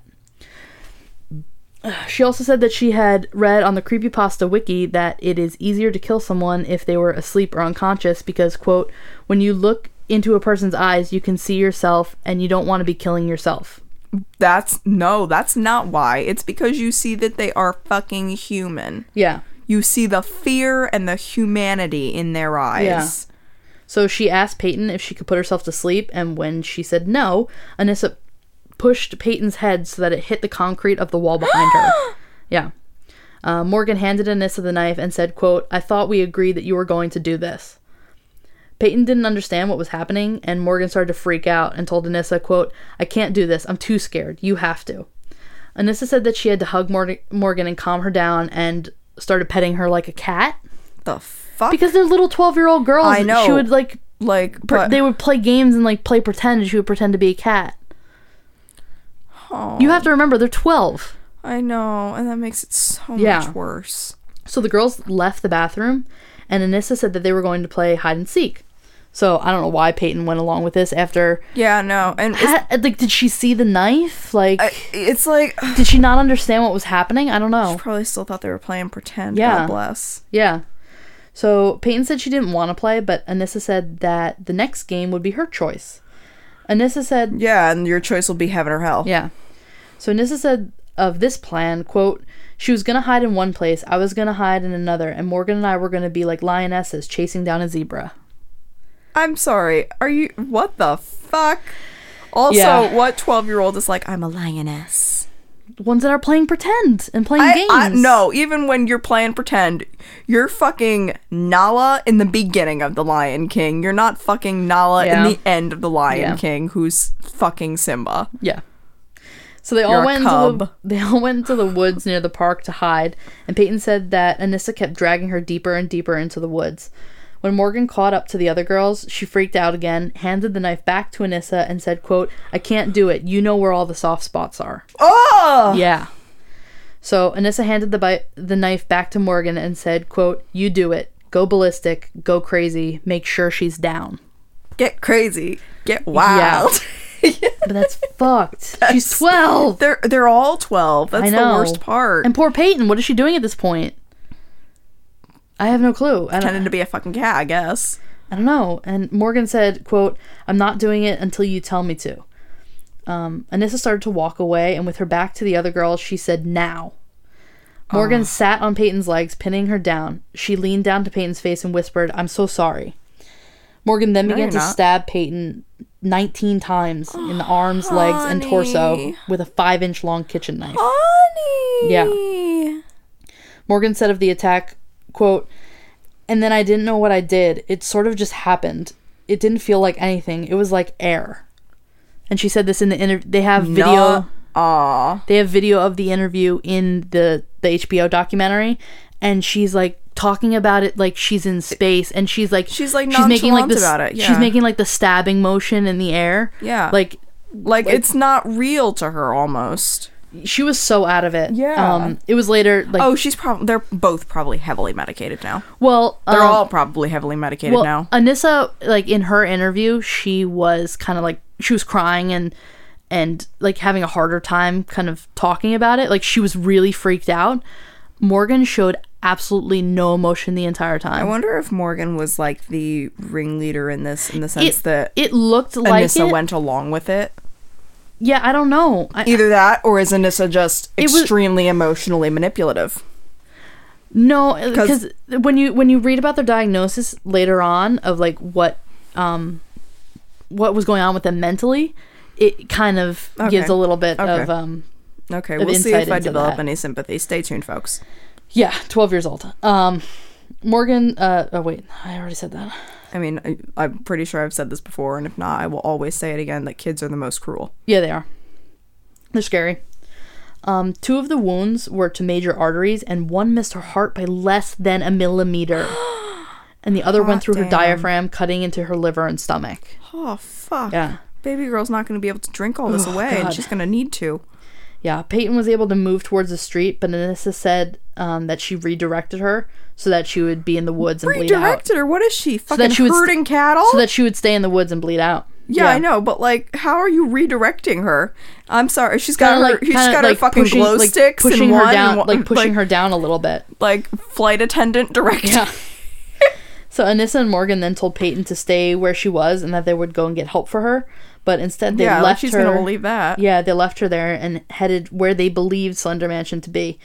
A: She also said that she had read on the Creepypasta wiki that it is easier to kill someone if they were asleep or unconscious because, quote, when you look into a person's eyes, you can see yourself and you don't want to be killing yourself.
B: That's no, that's not why. It's because you see that they are fucking human.
A: Yeah.
B: You see the fear and the humanity in their eyes.
A: So she asked Peyton if she could put herself to sleep, and when she said no, Anissa pushed Peyton's head so that it hit the concrete of the wall behind her. Yeah. Uh, Morgan handed Anissa the knife and said, quote, I thought we agreed that you were going to do this. Peyton didn't understand what was happening, and Morgan started to freak out and told Anissa, quote, I can't do this. I'm too scared. You have to. Anissa said that she had to hug Mor- Morgan and calm her down and started petting her like a cat
B: The fuck?
A: because they're little 12 year old girls.
B: I know.
A: She would like
B: like
A: per-
B: but,
A: they would play games and like play pretend and she would pretend to be a cat.
B: oh,
A: You have to remember they're 12.
B: I know, and that makes it so
A: Yeah.
B: much worse.
A: So the girls left the bathroom and Anissa said that they were going to play hide and seek. So I don't know why Peyton went along with this after.
B: Yeah, no, and it's,
A: Ha- uh, like, did she see the knife? Like,
B: I- it's like
A: did she not understand what was happening? I don't know.
B: probably still thought they were playing pretend.
A: Yeah.
B: God bless.
A: Yeah. So Peyton said she didn't want to play, but Anissa said that the next game would be her choice. Anissa said
B: Yeah, and your choice will be heaven or hell.
A: Yeah. So Nissa said of this plan, quote, she was gonna hide in one place, I was gonna hide in another, and Morgan and I were gonna be like lionesses chasing down a zebra.
B: I'm sorry. Are you what the fuck? Also,
A: Yeah.
B: what 12-year-old is like, I'm a lioness.
A: The ones that are playing pretend and playing
B: I,
A: games.
B: I, no, even when you're playing pretend, you're fucking Nala in the beginning of The Lion King. You're not fucking Nala
A: Yeah.
B: in the end of The Lion
A: Yeah.
B: King, who's fucking Simba.
A: Yeah. So they
B: You're
A: all
B: a
A: went into the,
B: cub.
A: they all went into the woods near the park to hide, and Peyton said that Anissa kept dragging her deeper and deeper into the woods. When Morgan caught up to the other girls, she freaked out again, handed the knife back to Anissa, and said, quote, I can't do it. You know where all the soft spots are.
B: Oh,
A: Yeah. So Anissa handed the bi- the knife back to Morgan and said, "Quote: You do it. Go ballistic. Go crazy. Make sure she's down."
B: get crazy, get wild.
A: But that's fucked. She's twelve.
B: they're they're all 12. That's
A: I know.
B: the worst part.
A: And poor Peyton. What is she doing at this point? I have no clue. I don't,
B: Pretending to be a fucking cat, I guess.
A: I don't know. And Morgan said, "Quote: I'm not doing it until you tell me to." Um, Anissa started to walk away, and with her back to the other girls, she said, "Now."
B: Ah.
A: Morgan sat on Peyton's legs, pinning her down. She leaned down to Peyton's face and whispered, I'm so sorry. Morgan then began
B: you're
A: to
B: not.
A: stab Peyton 19 times in the arms, legs, and torso
B: honey.
A: with a five inch long kitchen knife.
B: Honey.
A: Morgan said of the attack, quote, and then I didn't know what I did. It sort of just happened. It didn't feel like anything. It was like air. And she said this in the interview. They have video.
B: Nah. Aw.
A: they have video of the interview in the the HBO documentary, and she's like talking about it like she's in space, and she's like
B: She's, like,
A: like
B: nonchalant
A: this
B: about it,
A: she's
B: yeah.
A: making like the stabbing motion in the air.
B: Yeah.
A: like
B: Like, it's not real to her almost.
A: she was so out of it.
B: Yeah.
A: um, it was later like
B: Oh, she's probably they're both probably heavily medicated now.
A: well
B: They're
A: um,
B: all probably heavily medicated
A: well
B: now.
A: Anissa like in her interview she was kind of like she was crying and and like having a harder time kind of talking about it like she was really freaked out. Morgan showed absolutely no emotion the entire time.
B: I wonder if Morgan was like the ringleader in this, in the sense that
A: it looked like
B: Anissa
A: it.
B: went along with it.
A: yeah, I don't know. I,
B: Either that, or is Anissa just
A: was-
B: extremely emotionally manipulative?
A: no, because when you when you read about their diagnosis later on of like what um what was going on with them mentally, it kind of gives a
B: Okay.
A: little bit of
B: Okay.
A: um
B: Okay,
A: Of
B: we'll see
A: insight
B: if I
A: into
B: develop
A: that.
B: any sympathy. Stay tuned, folks.
A: yeah, 12 years old. Um Morgan uh oh wait, I already said that.
B: I mean, I, I'm pretty sure I've said this before, and if not, I will always say it again that kids are the most cruel.
A: Yeah, they are. They're scary. Um, two of the wounds were to major arteries, and one missed her heart by less than a millimeter. And the other went
B: Hot
A: through her
B: damn.
A: diaphragm, cutting into her liver and stomach.
B: Oh fuck!
A: Yeah. Oh,
B: baby girl's not going to be able to drink all this away,
A: God.
B: and she's going to need to.
A: Yeah, Peyton was able to move towards the street, but Anissa said um, that she redirected her so that she would be in the woods and bleed out.
B: Redirected her. What is she fucking
A: that she would st-
B: herding cattle?
A: So that she would stay in the woods and bleed out.
B: Yeah, I know, but like, how are you redirecting her? I'm sorry, she's got
A: Kinda
B: her, she's
A: kinda
B: got her fucking
A: pushing-
B: glow
A: like
B: sticks
A: pushing
B: in
A: her
B: one,
A: down,
B: and one-
A: like pushing her down a little bit.
B: like flight attendant direction.
A: Yeah. So Anissa and Morgan then told Peyton to stay where she was and that they would go and get help for her. But instead, they
B: Yeah, like
A: left
B: she's
A: her.
B: gonna believe that.
A: Yeah, they left her there and headed where they believed Slender Mansion to be.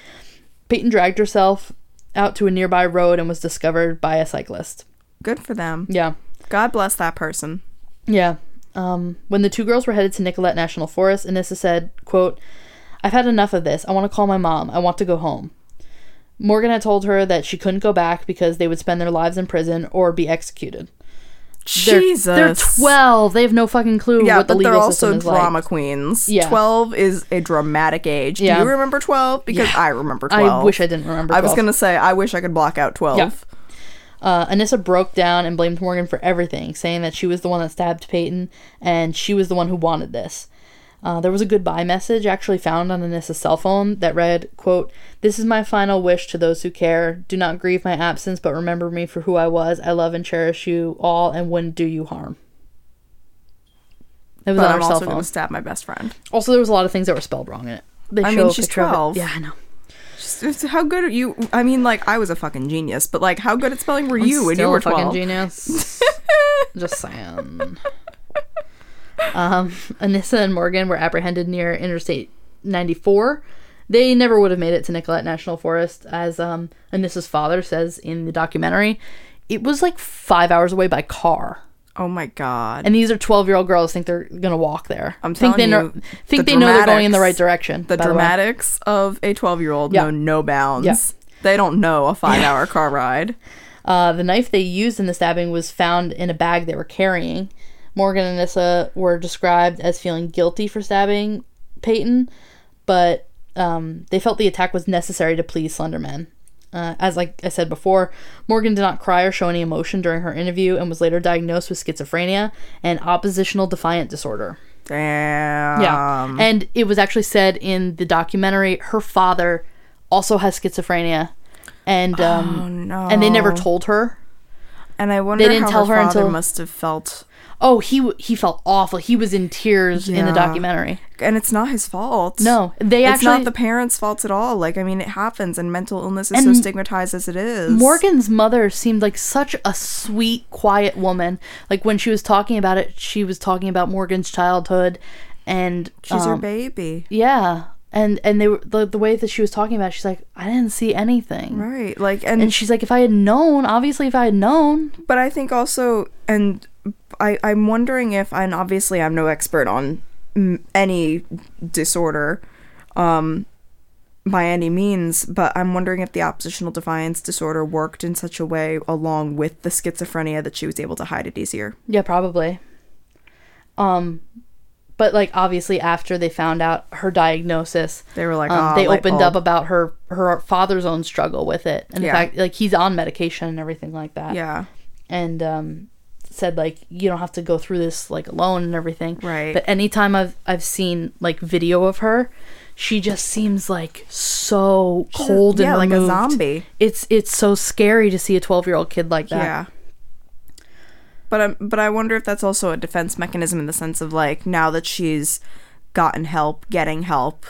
A: Peyton dragged herself out to a nearby road and was discovered by a cyclist.
B: Good for them.
A: Yeah.
B: God bless that person.
A: Yeah. Um, when the two girls were headed to Nicolette National Forest, Anissa said, quote, I've had enough of this. I want to call my mom. I want to go home. Morgan had told her that she couldn't go back because they would spend their lives in prison or be executed. They're,
B: Jesus,
A: They're 12. They have no fucking clue
B: Yeah,
A: what the
B: but
A: legal
B: they're also
A: system is
B: drama
A: like.
B: queens.
A: Yeah.
B: twelve is a dramatic age.
A: Yeah.
B: Do you remember twelve? Because I remember twelve.
A: I wish I didn't remember.
B: I was
A: 12.
B: gonna say I wish I could block out twelve.
A: Yeah. Uh, Anissa broke down and blamed Morgan for everything, saying that she was the one that stabbed Peyton and she was the one who wanted this. Uh, there was a goodbye message actually found on Anissa's cell phone that read, quote, This is my final wish to those who care. Do not grieve my absence, but remember me for who I was. I love and cherish you all and wouldn't do you harm. It was
B: But
A: on her
B: I'm
A: cell
B: also
A: phone.
B: going to stab my best friend.
A: Also, there was a lot of things that were spelled wrong in it. They
B: I
A: show
B: mean,
A: a
B: she's
A: picture of it.
B: 12.
A: Yeah, I know.
B: Just- it's How good are you? I mean, like, I was a fucking genius, but like, how good at spelling were you when
A: Still
B: you were
A: a fucking
B: 12?
A: genius. Just saying. Um, Anissa and Morgan were apprehended near Interstate 94. They never would have made it to Nicollet National Forest, as um, Anissa's father says in the documentary. It was like five hours away by car,
B: oh my god.
A: and these are twelve-year-old girls think they're gonna walk there.
B: I'm
A: think they
B: telling
A: know,
B: you,
A: think
B: the
A: they know they're going in the right
B: dramatics-
A: direction.
B: the
A: by way.
B: dramatics of a 12 year old
A: Yeah.
B: know no bounds.
A: Yeah.
B: They don't know a five hour car ride.
A: Uh, the knife they used in the stabbing was found in a bag they were carrying. Morgan and Nissa were described as feeling guilty for stabbing Peyton, but um, they felt the attack was necessary to please Slenderman. Uh, as like I said before, Morgan did not cry or show any emotion during her interview and was later diagnosed with schizophrenia and oppositional defiant disorder.
B: Damn.
A: Yeah. and it was actually said in the documentary her father also has schizophrenia and um
B: no.
A: and they never told her.
B: And I wonder
A: didn't
B: how
A: tell
B: her,
A: her
B: father
A: until-
B: must have felt.
A: Oh, he w- he felt awful. He was in tears in the
B: Yeah.
A: documentary.
B: And it's not his fault.
A: No, they
B: It's
A: actually
B: not the parents' fault at all. Like, I mean, it happens, and mental illness is so
A: And
B: stigmatized as it is.
A: Morgan's mother seemed like such a sweet, quiet woman. Like when she was talking about it, she was talking about Morgan's childhood and
B: she's her
A: um,
B: baby.
A: yeah, and and they were the, the way that she was talking about. It, she's like, I didn't see anything,
B: Right. Like, and,
A: and she's like, if I had known, obviously, if I had known,
B: but I think also, and I, I'm wondering if, and obviously I'm no expert on mm, any disorder, um, by any means, but I'm wondering if the oppositional defiance disorder worked in such a way along with the schizophrenia that she was able to hide it easier.
A: Yeah, probably. Um, but like obviously after they found out her diagnosis,
B: They were like,
A: um,
B: "Ah,
A: they
B: light
A: opened
B: bulb."
A: up about her her father's own struggle with it, and
B: Yeah.
A: the fact like he's on medication and everything like that,
B: Yeah.
A: and um, said like you don't have to go through this like alone and everything,
B: Right.
A: But anytime I've I've seen like video of her, she just seems like so cold
B: yeah,
A: and
B: like a
A: removed.
B: zombie.
A: It's it's so scary to see a twelve year old kid like that.
B: Yeah. But i but I wonder if that's also a defense mechanism in the sense of like now that she's gotten help, getting help,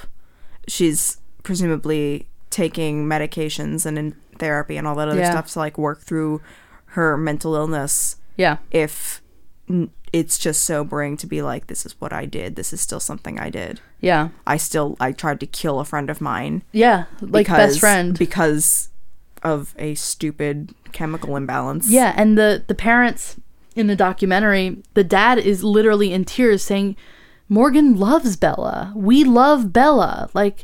B: she's presumably taking medications and in therapy and all that other
A: Yeah.
B: stuff to like work through her mental illness
A: yeah.
B: if n- it's just sobering to be like this is what I did, this is still something I did.
A: Yeah.
B: I still I tried to kill a friend of mine
A: Yeah, like best friend.
B: because of a stupid chemical imbalance.
A: Yeah, and the the parents in the documentary, the dad is literally in tears saying, "Morgan loves Bella. We love Bella. Like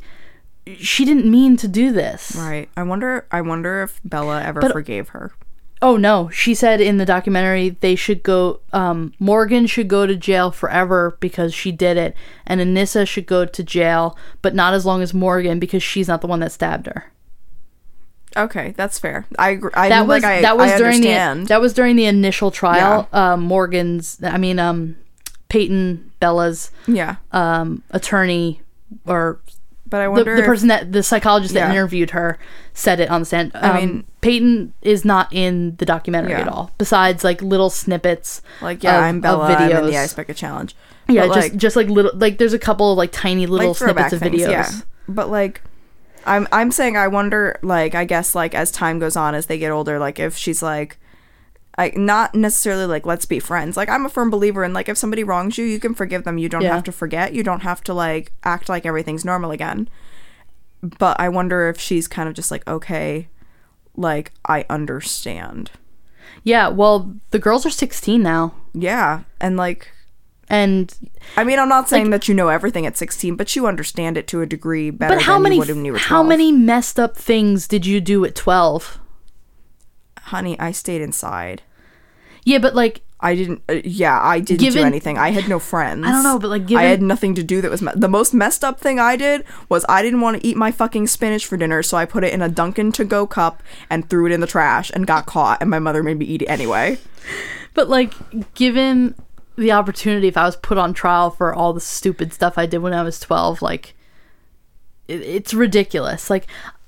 A: she didn't mean to do this."
B: Right. I wonder. I wonder if Bella ever forgave her.
A: Oh no, she said in the documentary they should go um Morgan should go to jail forever because she did it and Anissa should go to jail, but not as long as Morgan because she's not the one that stabbed her.
B: Okay, that's fair. I agree. I,
A: that was
B: like, I,
A: that was
B: I
A: during
B: understand.
A: the that was during the initial trial. Uh, Morgan's, I mean, um, Peyton Bella's
B: yeah,
A: um, attorney or
B: but I
A: the,
B: wonder.
A: the
B: if-
A: person that the psychologist that
B: Yeah.
A: interviewed her said it on the stand. Um,
B: mean-
A: Peyton is not in the documentary
B: Yeah.
A: at all, besides like little snippets.
B: like, yeah,
A: of-
B: I'm
A: of
B: Bella. I'm in the
A: videos.
B: Ice Bucket Challenge.
A: Yeah,
B: But,
A: just just like little like there's a couple of like tiny little
B: throwback
A: snippets of videos.
B: But like I'm I'm saying I wonder like I guess like as time goes on as they get older like if she's like I not necessarily like let's be friends. Like I'm a firm believer in like if somebody wrongs you, you can forgive them. You don't
A: Yeah.
B: have to forget. You don't have to like act like everything's normal again. But I wonder if she's kind of just like okay, like I understand.
A: Yeah, well, the girls are 16 now,
B: Yeah. And like
A: and
B: I mean, I'm not saying that you know everything at 16, but you understand it to a degree better
A: but how
B: than
A: many
B: you would when you were 12.
A: how many messed up things did you do at 12?
B: honey, I stayed inside.
A: Yeah, but like
B: I didn't. Uh, yeah, I didn't do
A: Given-
B: anything. I had no friends.
A: I don't know, but, like,
B: I
A: given-
B: had nothing to do that was me- the most messed up thing I did was I didn't want to eat my fucking spinach for dinner, so I put it in a Dunkin' to go cup and threw it in the trash and got caught, and my mother made me eat it anyway.
A: But like, given the opportunity if I was put on trial for all the stupid stuff I did when I was 12. Like, it, it's ridiculous. Like,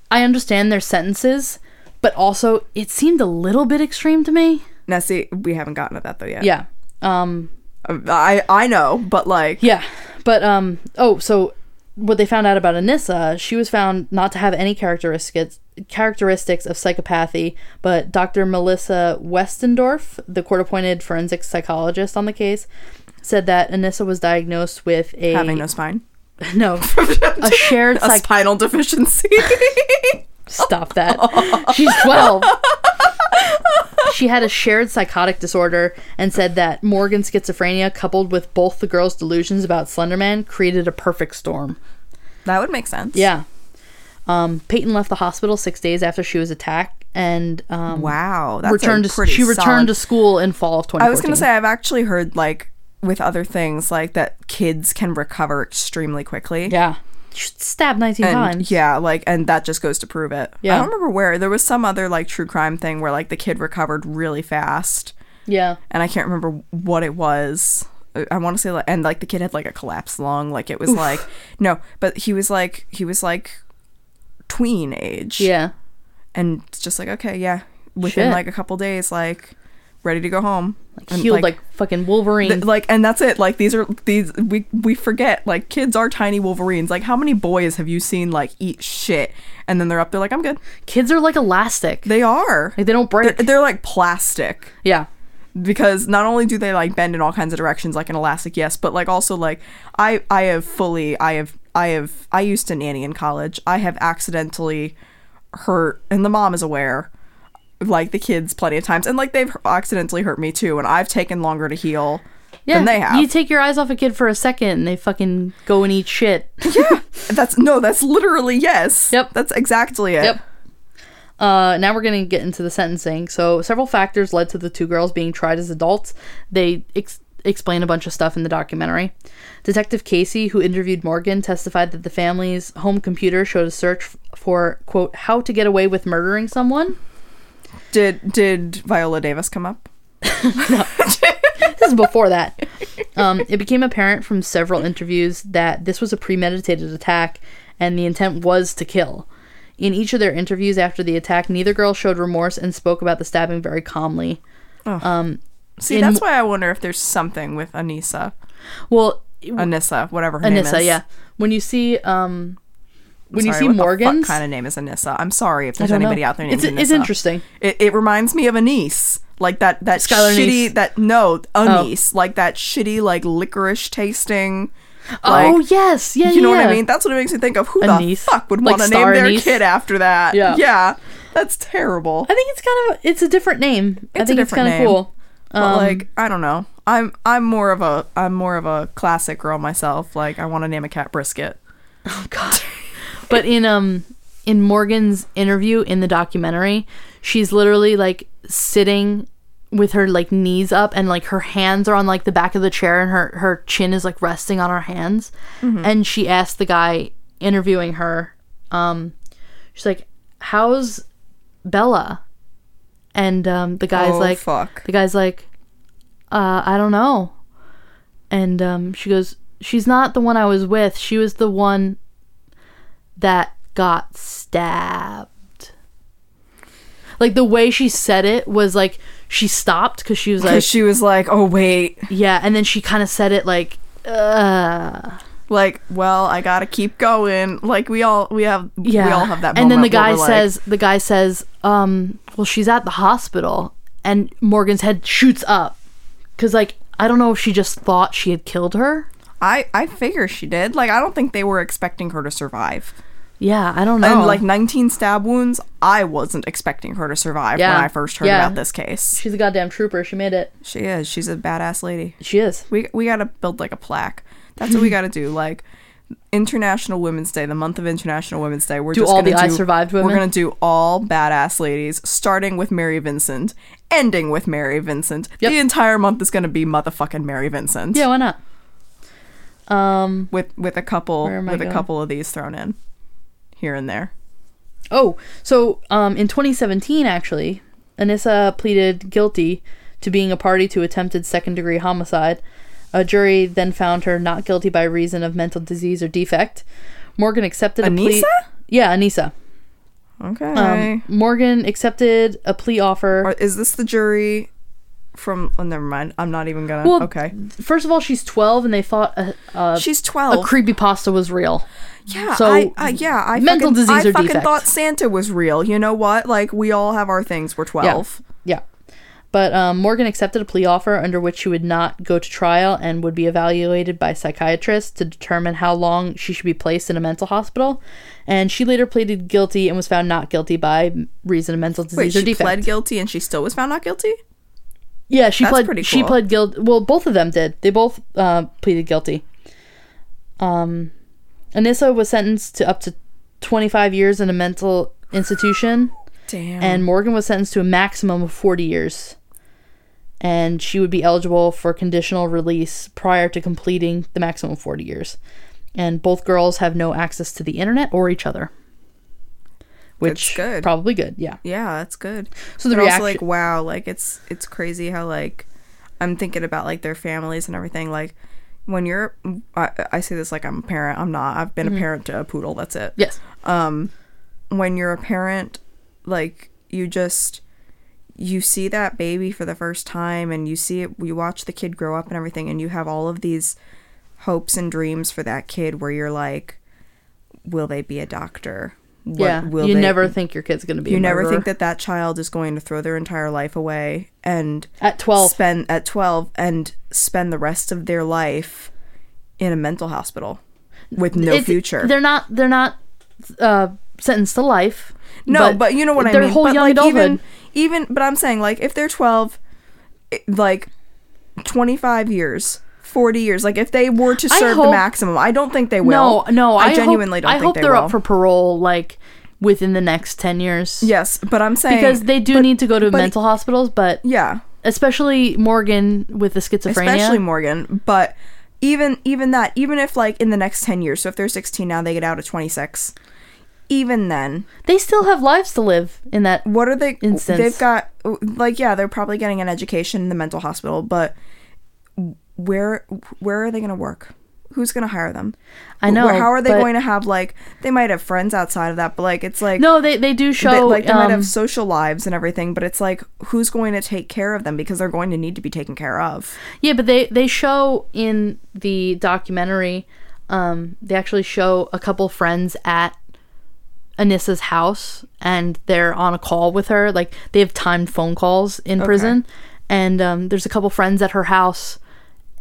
A: I understand their sentences, but also it seemed a little bit extreme to me.
B: Now, see, we haven't gotten to that though yet. Uh,
A: Yeah. Um,
B: I I know, but like,
A: yeah. But, um, oh, so what they found out about Anissa, she was found not to have any characteristics characteristics of psychopathy, but Dr. Melissa Westendorf, the court-appointed forensic psychologist on the case, said that Anissa was diagnosed with a
B: having no spine,
A: no, a shared
B: a
A: psych-
B: spinal deficiency.
A: Stop that.
B: Oh.
A: She's 12. She had a shared psychotic disorder and said that Morgan's schizophrenia, coupled with both the girl's delusions about Slenderman, created a perfect storm.
B: that would make sense.
A: Yeah. Um, Peyton left the hospital six days after she was attacked and um,
B: Wow. That's
A: returned
B: a
A: to
B: pretty
A: she returned
B: solid-
A: to school in fall of 2014.
B: I was gonna say I've actually heard like with other things like that kids can recover extremely quickly.
A: yeah, stabbed 19
B: And,
A: times.
B: yeah, like, and that just goes to prove it.
A: Yeah.
B: I don't remember where. There was some other, like, true crime thing where, like, the kid recovered really fast.
A: Yeah,
B: And I can't remember what it was. Uh, I want to say, like, and, like, the kid had, like, a collapse lung. Like, it was, like, no, but he was, like, he was, like, tween age.
A: yeah,
B: And it's just, like, okay, yeah. Within,
A: Shit.
B: like, a couple days, like, ready to go home.
A: like
B: And,
A: healed like, fucking Wolverine.
B: Th- like and that's it like these are these we we forget like kids are tiny wolverines like how many boys have you seen like eat shit and then they're up there like i'm good
A: Kids are like elastic.
B: they are
A: like they don't
B: they're,
A: break.
B: they're like plastic
A: yeah,
B: because not only do they like bend in all kinds of directions like an elastic yes but like also like i i have fully i have i have i used to nanny in college i have accidentally hurt and the mom is aware like the kids plenty of times and like they've accidentally hurt me too and i've taken longer to heal
A: yeah.
B: than they have
A: You take your eyes off a kid for a second, and they fucking go and eat shit.
B: That's no, that's literally yes.
A: Yep.
B: That's exactly it.
A: Yep. Uh, now we're going to get into the sentencing. So, several factors led to the two girls being tried as adults. They ex- explain a bunch of stuff in the documentary. Detective Casey, who interviewed Morgan, testified that the family's home computer showed a search f- for, quote, how to get away with murdering someone.
B: Did did Viola Davis come up?
A: This is before that. Um, it became apparent from several interviews that this was a premeditated attack and the intent was to kill. In each of their interviews after the attack, neither girl showed remorse and spoke about the stabbing very calmly.
B: See,
A: In-
B: that's why I wonder if there's something with Anissa,
A: Well,
B: Anissa, whatever her name
A: Anissa,
B: is.
A: yeah. When you see um when
B: Sorry,
A: you
B: what
A: see
B: the fuck
A: Morgan's
B: kind of name is Anissa. I'm sorry if
A: I
B: there's
A: don't know.
B: anybody out there named
A: It's
B: Anissa.
A: it's interesting.
B: It, it reminds me of a niece, like that that
A: Skylar
B: shitty
A: Niece.
B: that no anise, like that shitty like licorice tasting.
A: oh
B: like,
A: yes, yeah,
B: You know
A: yeah.
B: what I mean? That's what it makes me think of. Who
A: Anise.
B: the fuck would
A: Like
B: want to
A: Star
B: name their
A: Anise.
B: kid after that?
A: Yeah.
B: yeah, that's terrible.
A: I think it's kind of it's a different name. I
B: It's a
A: think it's
B: different
A: kind of
B: name.
A: cool.
B: But
A: Um,
B: like I don't know. I'm I'm more of a I'm more of a classic girl myself. Like I want to name a cat brisket.
A: Oh god. but in um in Morgan's interview in the documentary, she's literally like sitting with her like knees up and like her hands are on like the back of the chair and her her chin is like resting on her hands. And she asked the guy interviewing her um she's like how's Bella? And um the guy's
B: Oh,
A: like
B: fuck.
A: the guy's like uh I don't know. And um she goes she's not the one I was with. She was the one that got stabbed. Like the way she said it was like she stopped because she was like,
B: Cause she was like, oh wait,
A: yeah, and then she kind of said it like, uh,
B: like well I gotta keep going. Like we all we have
A: yeah.
B: we all have that.
A: and then the
B: moment where
A: guy
B: we're like-
A: says, the guy says, um, well, she's at the hospital, and Morgan's head shoots up because like I don't know if she just thought she had killed her.
B: I I figure she did. Like I don't think they were expecting her to survive.
A: Yeah, I don't know.
B: And like 19 stab wounds, I wasn't expecting her to survive
A: Yeah.
B: when I first heard
A: Yeah.
B: about this case.
A: she's a goddamn trooper. She made it.
B: She is. She's a badass lady.
A: She is.
B: We we gotta build like a plaque. That's what we gotta do. Like International Women's Day, the month of International Women's Day. We're
A: Do
B: just
A: all
B: gonna
A: the I
B: do-
A: Survived women?
B: We're gonna do all badass ladies, starting with Mary Vincent, ending with Mary Vincent.
A: Yep.
B: The entire month is gonna be motherfucking Mary Vincent.
A: Yeah, why not? Um.
B: With with a couple
A: Where am I
B: with
A: going?
B: a couple of these thrown in here and there.
A: Oh, so um, in 2017, actually, Anissa pleaded guilty to being a party to attempted second degree homicide. A jury then found her not guilty by reason of mental disease or defect. Morgan accepted a plea.
B: Anissa?
A: Yeah, Anissa.
B: Okay.
A: Um, Morgan accepted a plea offer.
B: Or is this the jury from? Oh, never mind. I'm not even gonna.
A: Well, uh,
B: okay.
A: First of all, she's 12 and they thought a, a,
B: She's
A: a
B: 12.
A: creepypasta was real.
B: yeah.
A: so,
B: I, I, yeah. I
A: mental
B: fucking,
A: disease
B: I
A: or
B: fucking
A: defect.
B: thought Santa was real. You know what? Like we all have our things. We're 12.
A: Yeah. But um, Morgan accepted a plea offer under which she would not go to trial and would be evaluated by psychiatrists to determine how long she should be placed in a mental hospital. And she later pleaded guilty and was found not guilty by reason of mental disease
B: Wait,
A: or
B: she
A: defect.
B: pled guilty and she still was found not guilty.
A: yeah, she
B: That's
A: pled.
B: pretty
A: She
B: cool.
A: pled guilty. Well, both of them did. They both uh, pleaded guilty. Um, Anissa was sentenced to up to 25 years in a mental institution.
B: Damn.
A: and Morgan was sentenced to a maximum of 40 years. And she would be eligible for conditional release prior to completing the maximum 40 years. And both girls have no access to the internet or each other. Which
B: That's good.
A: probably good, yeah.
B: Yeah, that's good.
A: So the
B: But
A: reaction,
B: also like wow, like it's it's crazy how like I'm thinking about like their families and everything. Like when you're, I, I say this like I'm a parent. I'm not. I've
A: Mm-hmm.
B: been a parent to a poodle. That's it.
A: yes,
B: When you're a parent, like you just you see that baby for the first time and you see it you watch the kid grow up and everything and you have all of these hopes and dreams for that kid where you're like will they be a doctor What-
A: yeah.
B: will
A: you
B: they-
A: never think your kid's gonna be.
B: you never think that that child is going to throw their entire life away and
A: at 12.
B: spend at 12 and spend the rest of their life in a mental hospital with no
A: It's-
B: future.
A: They're not. They're not uh, sentenced to life.
B: No, but, you know what I mean.
A: Their whole
B: but
A: young
B: like
A: adulthood.
B: even even but I'm saying like if they're 12 it- like 25 years 40 years like if they were to
A: I
B: serve
A: hope-
B: the maximum i don't think they will
A: No, no. I,
B: i
A: hope-
B: genuinely don't
A: I
B: think
A: hope
B: they
A: they're
B: will
A: up for parole like within the next 10 years.
B: yes but i'm saying
A: because they do need to go to
B: but-
A: mental hospitals, but
B: yeah
A: especially Morgan with the schizophrenia.
B: especially Morgan. But even even that, even if like in the next ten years, so if they're sixteen now, they get out at twenty six. Even then,
A: they still have lives to live in that.
B: what are they?
A: Instance.
B: They've got like yeah, they're probably getting an education in the mental hospital, but where where are they going to work? Who's going to hire them?
A: I know.
B: Where- How are they
A: but-
B: going to have like? They might have friends outside of that, but like it's like
A: No, they they do show
B: they, like they might
A: um,
B: have social lives and everything, but it's like who's going to take care of them because they're going to need to be taken care of.
A: Yeah, but they they show in the documentary. Um, they actually show a couple friends at Anissa's house, and they're on a call with her. Like they have timed phone calls in prison, and um, there's a couple friends at her house,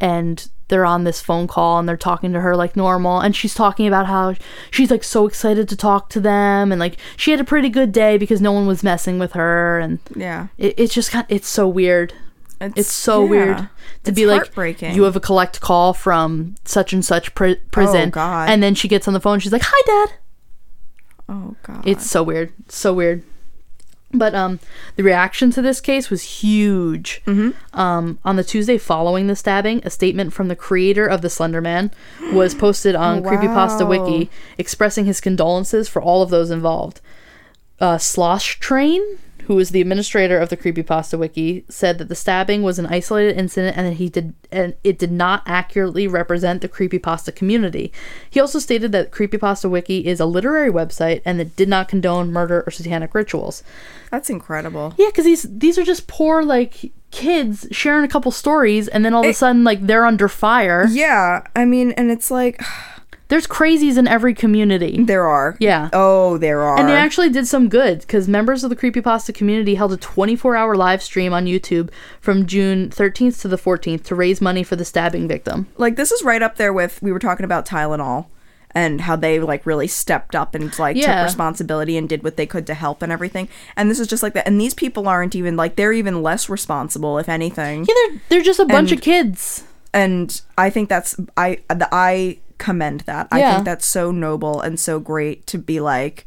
A: and they're on this phone call and they're talking to her like normal and she's talking about how she's like so excited to talk to them and like she had a pretty good day because no one was messing with her and
B: Yeah,
A: it, it's just kind it's so weird it's so
B: yeah.
A: weird to
B: It's
A: be like
B: heartbreaking.
A: you have a collect call from such and such pri- prison,
B: Oh, God.
A: and then she gets on the phone. She's like, "Hi, Dad."
B: Oh god.
A: It's so weird, so weird. But um, the reaction to this case was huge. Um, on the Tuesday following the stabbing, a statement from the creator of the Slender Man was posted on Creepypasta Wiki, expressing his condolences for all of those involved. Uh, Slosh Train, who is the administrator of the Creepypasta Wiki, said that the stabbing was an isolated incident and that he did and it did not accurately represent the Creepypasta community. He also stated that Creepypasta Wiki is a literary website and that did not condone murder or satanic rituals.
B: That's incredible.
A: Yeah, because these these are just poor like kids sharing a couple stories, and then all of a sudden like they're under fire.
B: Yeah, I mean, and it's like
A: There's crazies in every community.
B: there are.
A: Yeah.
B: Oh, there are.
A: And they actually did some good because members of the Creepypasta community held a 24 hour live stream on YouTube from June 13th to the 14th to raise money for the stabbing victim.
B: like this is right up there with we were talking about Tylenol and how they like really stepped up and like
A: Yeah.
B: took responsibility and did what they could to help and everything. And this is just like that. And these people aren't even like they're even less responsible if anything.
A: Yeah, they're, they're just a bunch
B: And-
A: of kids.
B: and I think that's I the, I commend that. I
A: Yeah.
B: think that's so noble and so great to be like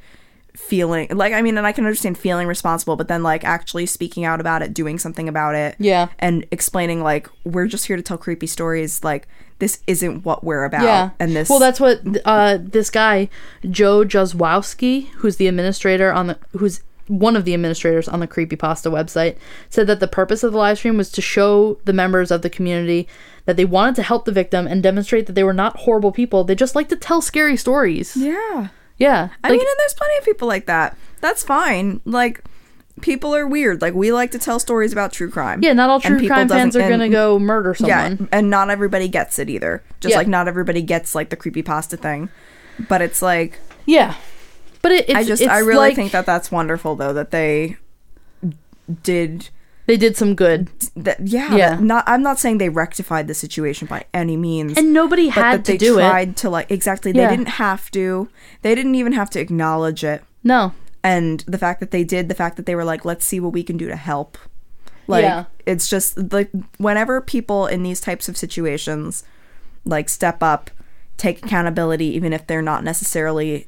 B: feeling like I mean, and I can understand feeling responsible, but then like actually speaking out about it, doing something about it,
A: Yeah.
B: and explaining like we're just here to tell creepy stories. Like this isn't what we're about.
A: Yeah.
B: and this
A: Well, that's what uh, this guy Joe Jozwowski, who's the administrator on the who's one of the administrators on the creepypasta website said that the purpose of the live stream was to show the members of the community that they wanted to help the victim and demonstrate that they were not horrible people. They just like to tell scary stories.
B: Yeah.
A: Yeah.
B: Mm. I mean, and there's plenty of people like that. That's fine. Like, people are weird. Like, we like to tell stories about true crime.
A: yeah, not all
B: And
A: true
B: people
A: crime fans are
B: doesn't-
A: going to
B: and-
A: go murder someone.
B: Yeah, and not everybody gets it either. Just
A: Yeah.
B: like not everybody gets like the creepypasta thing. But it's like
A: Yeah. But it, it's,
B: I just
A: it's
B: I really
A: like
B: think that that's wonderful though that they did
A: they did some good.
B: that yeah,
A: Yeah.
B: that not I'm not saying they rectified the situation by any means.
A: And nobody
B: but
A: had
B: that they
A: to do it.
B: tried to like exactly
A: Yeah.
B: they didn't have to. They didn't even have to acknowledge it.
A: No.
B: And the fact that they did, the fact that they were like let's see what we can do to help. Like
A: Yeah.
B: it's just like whenever people in these types of situations like step up, take accountability even if they're not necessarily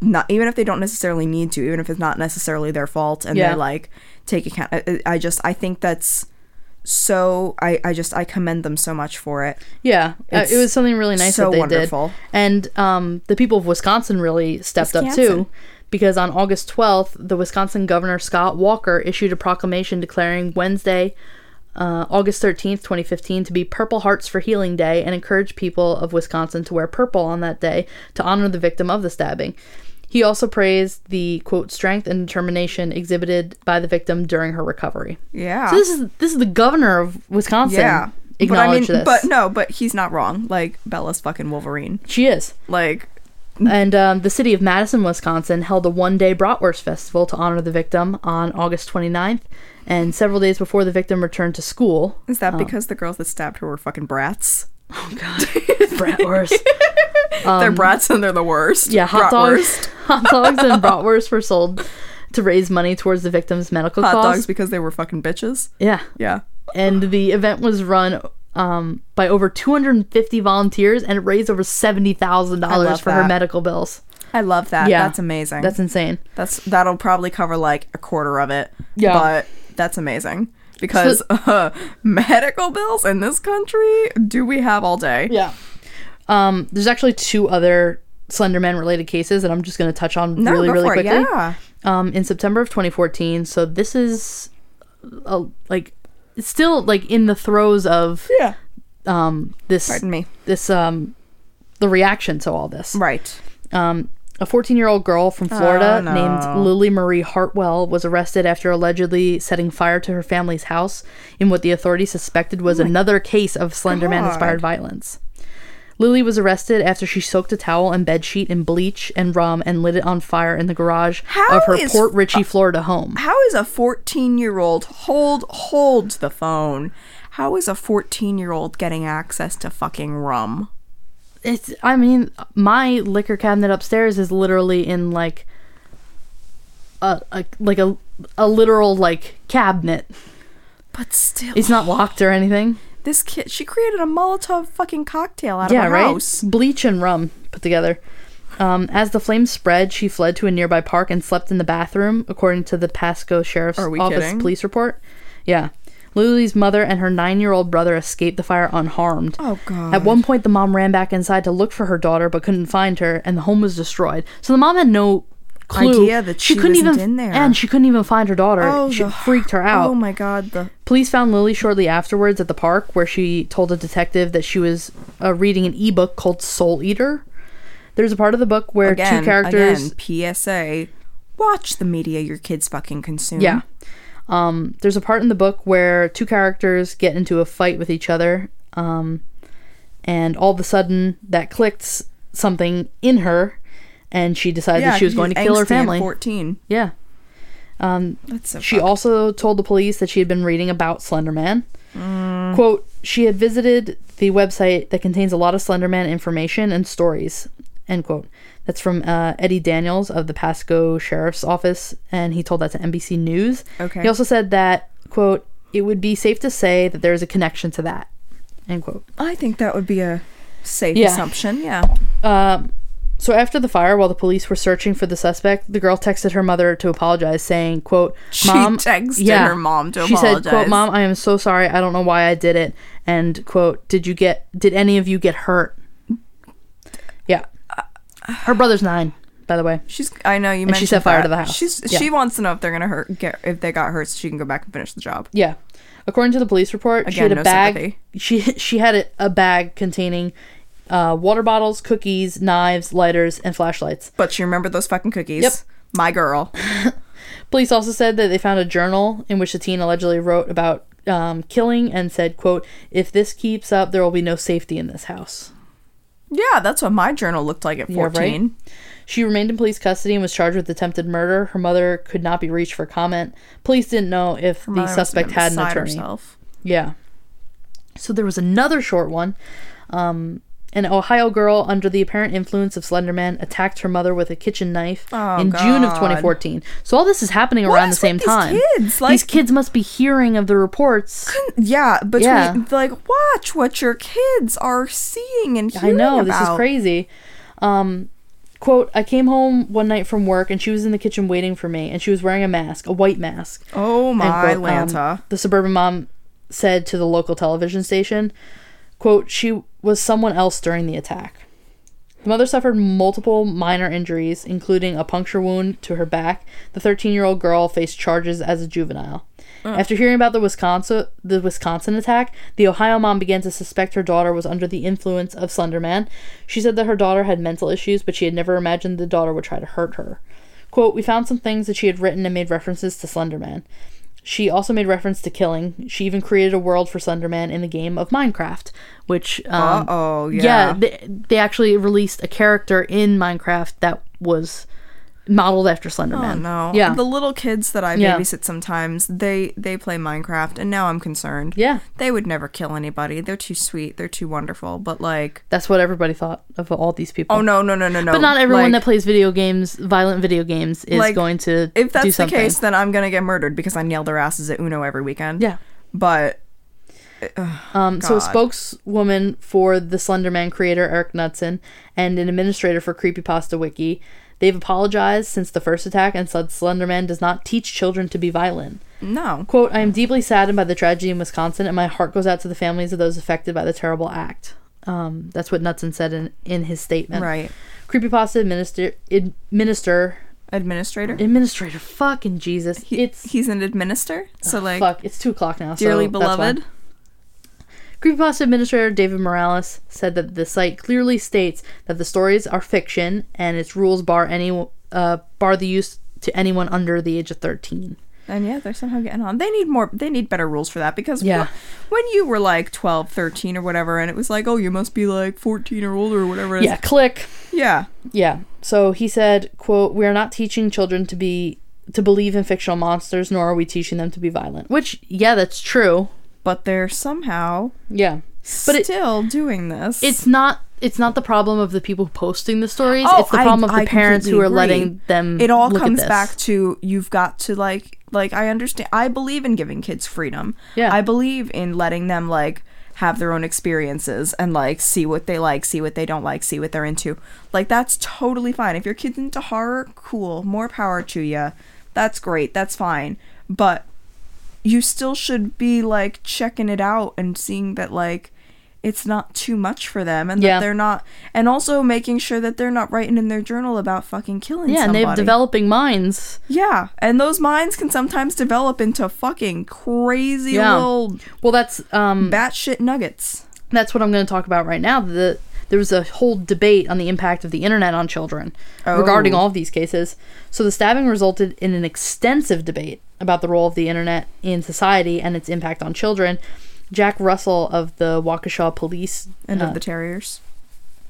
B: not even if they don't necessarily need to, even if it's not necessarily their fault and
A: Yeah.
B: they're like take account I, I just I think that's so I, I just I commend them so much for it.
A: Yeah. Uh,
B: It's
A: it was something really nice
B: so
A: that they
B: wonderful.
A: did. And um, the people of Wisconsin really stepped up
B: Wisconsin.
A: too. Because on August 12th, the Wisconsin Governor Scott Walker issued a proclamation declaring Wednesday, uh, August 13th, 2015, to be Purple Hearts for Healing Day and encouraged people of Wisconsin to wear purple on that day to honor the victim of the stabbing. He also praised the quote strength and determination exhibited by the victim during her recovery.
B: Yeah.
A: So this is this is the governor of Wisconsin.
B: yeah. But I mean
A: acknowledge this.
B: but no, but he's not wrong. Like Bella's fucking Wolverine.
A: she is.
B: Like
A: And um, the city of Madison, Wisconsin, held a one day bratwurst festival to honor the victim on August 29th, and several days before the victim returned to school.
B: is that because the girls that stabbed her were fucking brats?
A: Bratwurst.
B: they're brats and they're the worst.
A: Um, Yeah, hot
B: Bratwurst.
A: dogs. Hot dogs and bratwurst were sold to raise money towards the victim's medical
B: Hot
A: costs.
B: dogs because they were fucking bitches.
A: Yeah.
B: Yeah.
A: And the event was run um, by over 250 volunteers and it raised over $70,000
B: love
A: for her
B: that.
A: medical bills.
B: I love that.
A: Yeah.
B: That's amazing.
A: That's insane.
B: That's that'll probably cover like a quarter of it.
A: Yeah.
B: but that's amazing because uh, medical bills in this country do we have all day?
A: Yeah. Um, there's actually two other Slenderman related cases that I'm just going to touch on
B: No,
A: really,
B: go
A: really
B: for it.
A: quickly.
B: Yeah,
A: Um, in September of 2014, so this is a, like it's still like in the throes of
B: yeah.
A: um, this
B: Pardon me.
A: this um, the reaction to all this.
B: Right.
A: Um, a 14 year old girl from Florida
B: Oh, no.
A: named Lily Marie Hartwell was arrested after allegedly setting fire to her family's house in what the authorities suspected
B: Oh
A: was another case of Slenderman inspired violence. Lily was arrested after she soaked a towel and bed sheet in bleach and rum and lit it on fire in the garage
B: How
A: of her
B: is-
A: Port Richey, Florida home.
B: How is a fourteen-year-old hold hold the phone? How is a fourteen-year-old getting access to fucking rum?
A: It's I mean, my liquor cabinet upstairs is literally in like a, a like a a literal like cabinet.
B: But still,
A: It's not locked or anything.
B: this kid. She created a Molotov fucking cocktail out of a house.
A: Bleach and rum put together. Um, as the flames spread, she fled to a nearby park and slept in the bathroom, according to the Pasco Sheriff's
B: Are we
A: Office
B: kidding?
A: police report. Yeah. Lily's mother and her nine year old brother escaped the fire unharmed.
B: Oh, God.
A: At one point, the mom ran back inside to look for her daughter but couldn't find her, and the home was destroyed. So the mom had no clue.
B: Idea that she wasn't
A: even,
B: in there.
A: And she couldn't even find her daughter. she
B: Oh, the-
A: freaked her out.
B: Oh my god, the
A: Police found Lily shortly afterwards at the park, where she told a detective that she was uh, reading an ebook called Soul Eater. There's a part of the book where
B: again,
A: two characters.
B: Again, PSA: Watch the media your kids fucking consume.
A: Yeah.
B: Mm-hmm.
A: Um, there's a part in the book where two characters get into a fight with each other, um, and all of a sudden that clicked something in her, and she decided that she was going to kill her family.
B: Fourteen.
A: yeah.
B: That's so.
A: She also told the police that she had been reading about Slenderman.
B: Mm.
A: Quote, she had visited the website that contains a lot of Slenderman information and stories. End quote. That's from uh, Eddie Daniels of the Pasco Sheriff's Office, and he told that to NBC News.
B: Okay.
A: He also said that, quote, it would be safe to say that there is a connection to that. End quote.
B: I think that would be a safe
A: Yeah.
B: assumption. Yeah.
A: Um, so after the fire, while the police were searching for the suspect, the girl texted her mother to apologize, saying, "quote
B: She
A: Mom,
B: texted her mom to
A: she said, "quote
B: apologize.
A: Mom, I am so sorry. I don't know why I did it." And quote, "Did you get? Did any of you get hurt?" Yeah, her brother's nine, by the way.
B: She's. I know you.
A: And she
B: mentioned
A: set fire
B: that.
A: to the house.
B: She's.
A: Yeah.
B: She wants to know if they're gonna hurt. Get if they got hurt, so she can go back and finish the job.
A: Yeah. According to the police report, she
B: Again,
A: had a
B: no
A: bag.
B: sympathy.
A: She she had a, a bag containing uh, water bottles, cookies, knives, lighters, and flashlights.
B: But she remembered those fucking cookies.
A: Yep.
B: My girl.
A: Police also said that they found a journal in which the teen allegedly wrote about um, killing and said, "quote If this keeps up, there will be no safety in this house."
B: Yeah, that's what my journal looked like at
A: Yeah, right?
B: fourteen.
A: She remained in police custody and was charged with attempted murder. Her mother could not be reached for comment. Police didn't know if the
B: Mother was
A: suspect
B: gonna
A: had an
B: beside
A: attorney.
B: herself.
A: Yeah. So there was another short one. Um, an Ohio girl under the apparent influence of Slenderman attacked her mother with a kitchen knife
B: Oh,
A: in June of
B: God.
A: 2014. So all this is happening
B: What
A: around
B: is
A: the same
B: with these
A: time.
B: kids? Like-
A: these kids must be hearing of the reports.
B: Yeah, between
A: Yeah.
B: like watch what your kids are seeing and
A: I
B: hearing
A: know
B: about.
A: this is crazy. Um, quote: I came home one night from work and she was in the kitchen waiting for me, and she was wearing a mask, a white mask.
B: Oh
A: End
B: my
A: quote. Um,
B: Lanta.
A: the suburban mom said to the local television station, quote, she was someone else during the attack. The mother suffered multiple minor injuries, including a puncture wound to her back. The 13-year-old girl faced charges as a juvenile. After hearing about the Wisconsin the Wisconsin attack, the Ohio mom began to suspect her daughter was under the influence of Slenderman. She said that her daughter had mental issues, but she had never imagined the daughter would try to hurt her. Quote, we found some things that she had written and made references to Slenderman. She also made reference to killing. She even created a world for Slenderman in the game of Minecraft, which um,
B: Uh-oh, yeah.
A: yeah, they, they actually released a character in Minecraft that was modeled after Slenderman.
B: Oh no.
A: yeah,
B: The little kids that I
A: Yeah.
B: babysit sometimes, they they play Minecraft and now I'm concerned.
A: yeah,
B: They would never kill anybody. They're too sweet. They're too wonderful. But like
A: that's what everybody thought of all these people.
B: Oh no, no, no, no, no.
A: But not everyone
B: Like,
A: that plays video games, violent video games, is
B: Like,
A: going to
B: If
A: do
B: that's the
A: something.
B: case, then I'm gonna get murdered because I nail their asses at Uno every weekend.
A: yeah.
B: But
A: Um, so a
B: God.
A: spokeswoman for the Slenderman creator Eric Knudsen and an administrator for Creepypasta Wiki, they've apologized since the first attack and said Slenderman does not teach children to be violent.
B: no.
A: Quote, I am deeply saddened by the tragedy in Wisconsin and my heart goes out to the families of those affected by the terrible act. Um, that's what Knudsen said in, in his statement.
B: Right.
A: Creepypasta administer, administer,
B: Administrator?
A: administrator, fucking Jesus. It's
B: He's an administer? So like
A: Fuck, it's two o'clock now.
B: dearly
A: so that's
B: beloved.
A: why. Creepypasta administrator David Morales said that the site clearly states that the stories are fiction and its rules bar any uh, bar the use to anyone under the age of thirteen.
B: And yeah, they're somehow getting on. They need more, they need better rules for that because
A: Yeah.
B: wh- when you were like 12, 13 or whatever, and it was like, oh, you must be like 14 or older or whatever it is.
A: Yeah, click.
B: Yeah.
A: Yeah. So he said, "quote We are not teaching children to be to believe in fictional monsters, nor are we teaching them to be violent." Which, yeah, that's true.
B: But they're somehow
A: Yeah, but it,
B: still doing this.
A: it's not. It's not the problem of the people posting the stories.
B: Oh,
A: it's the
B: I-
A: problem of the
B: I
A: parents who
B: completely
A: are
B: agree.
A: letting them.
B: It all
A: look at
B: comes
A: this.
B: back to you've got to like, like, I understand. I believe in giving kids freedom.
A: Yeah.
B: I believe in letting them like have their own experiences and like see what they like, see what they don't like, see what they're into. Like, that's totally fine. If your kid's into horror, cool. More power to you. That's great. That's fine. But you still should be like checking it out and seeing that like it's not too much for them and
A: Yeah.
B: that they're not and also making sure that they're not writing in their journal about fucking killing
A: Yeah, and they have
B: somebody.
A: developing minds.
B: yeah and those minds can sometimes develop into fucking crazy
A: Yeah.
B: little
A: Well, that's um,
B: batshit nuggets
A: that's what I'm going to talk about right now. The there was a whole debate on the impact of the internet on children regarding
B: Oh.
A: all of these cases. So the stabbing resulted in an extensive debate about the role of the internet in society and its impact on children. Jack Russell of the Waukesha Police
B: and
A: uh,
B: of the terriers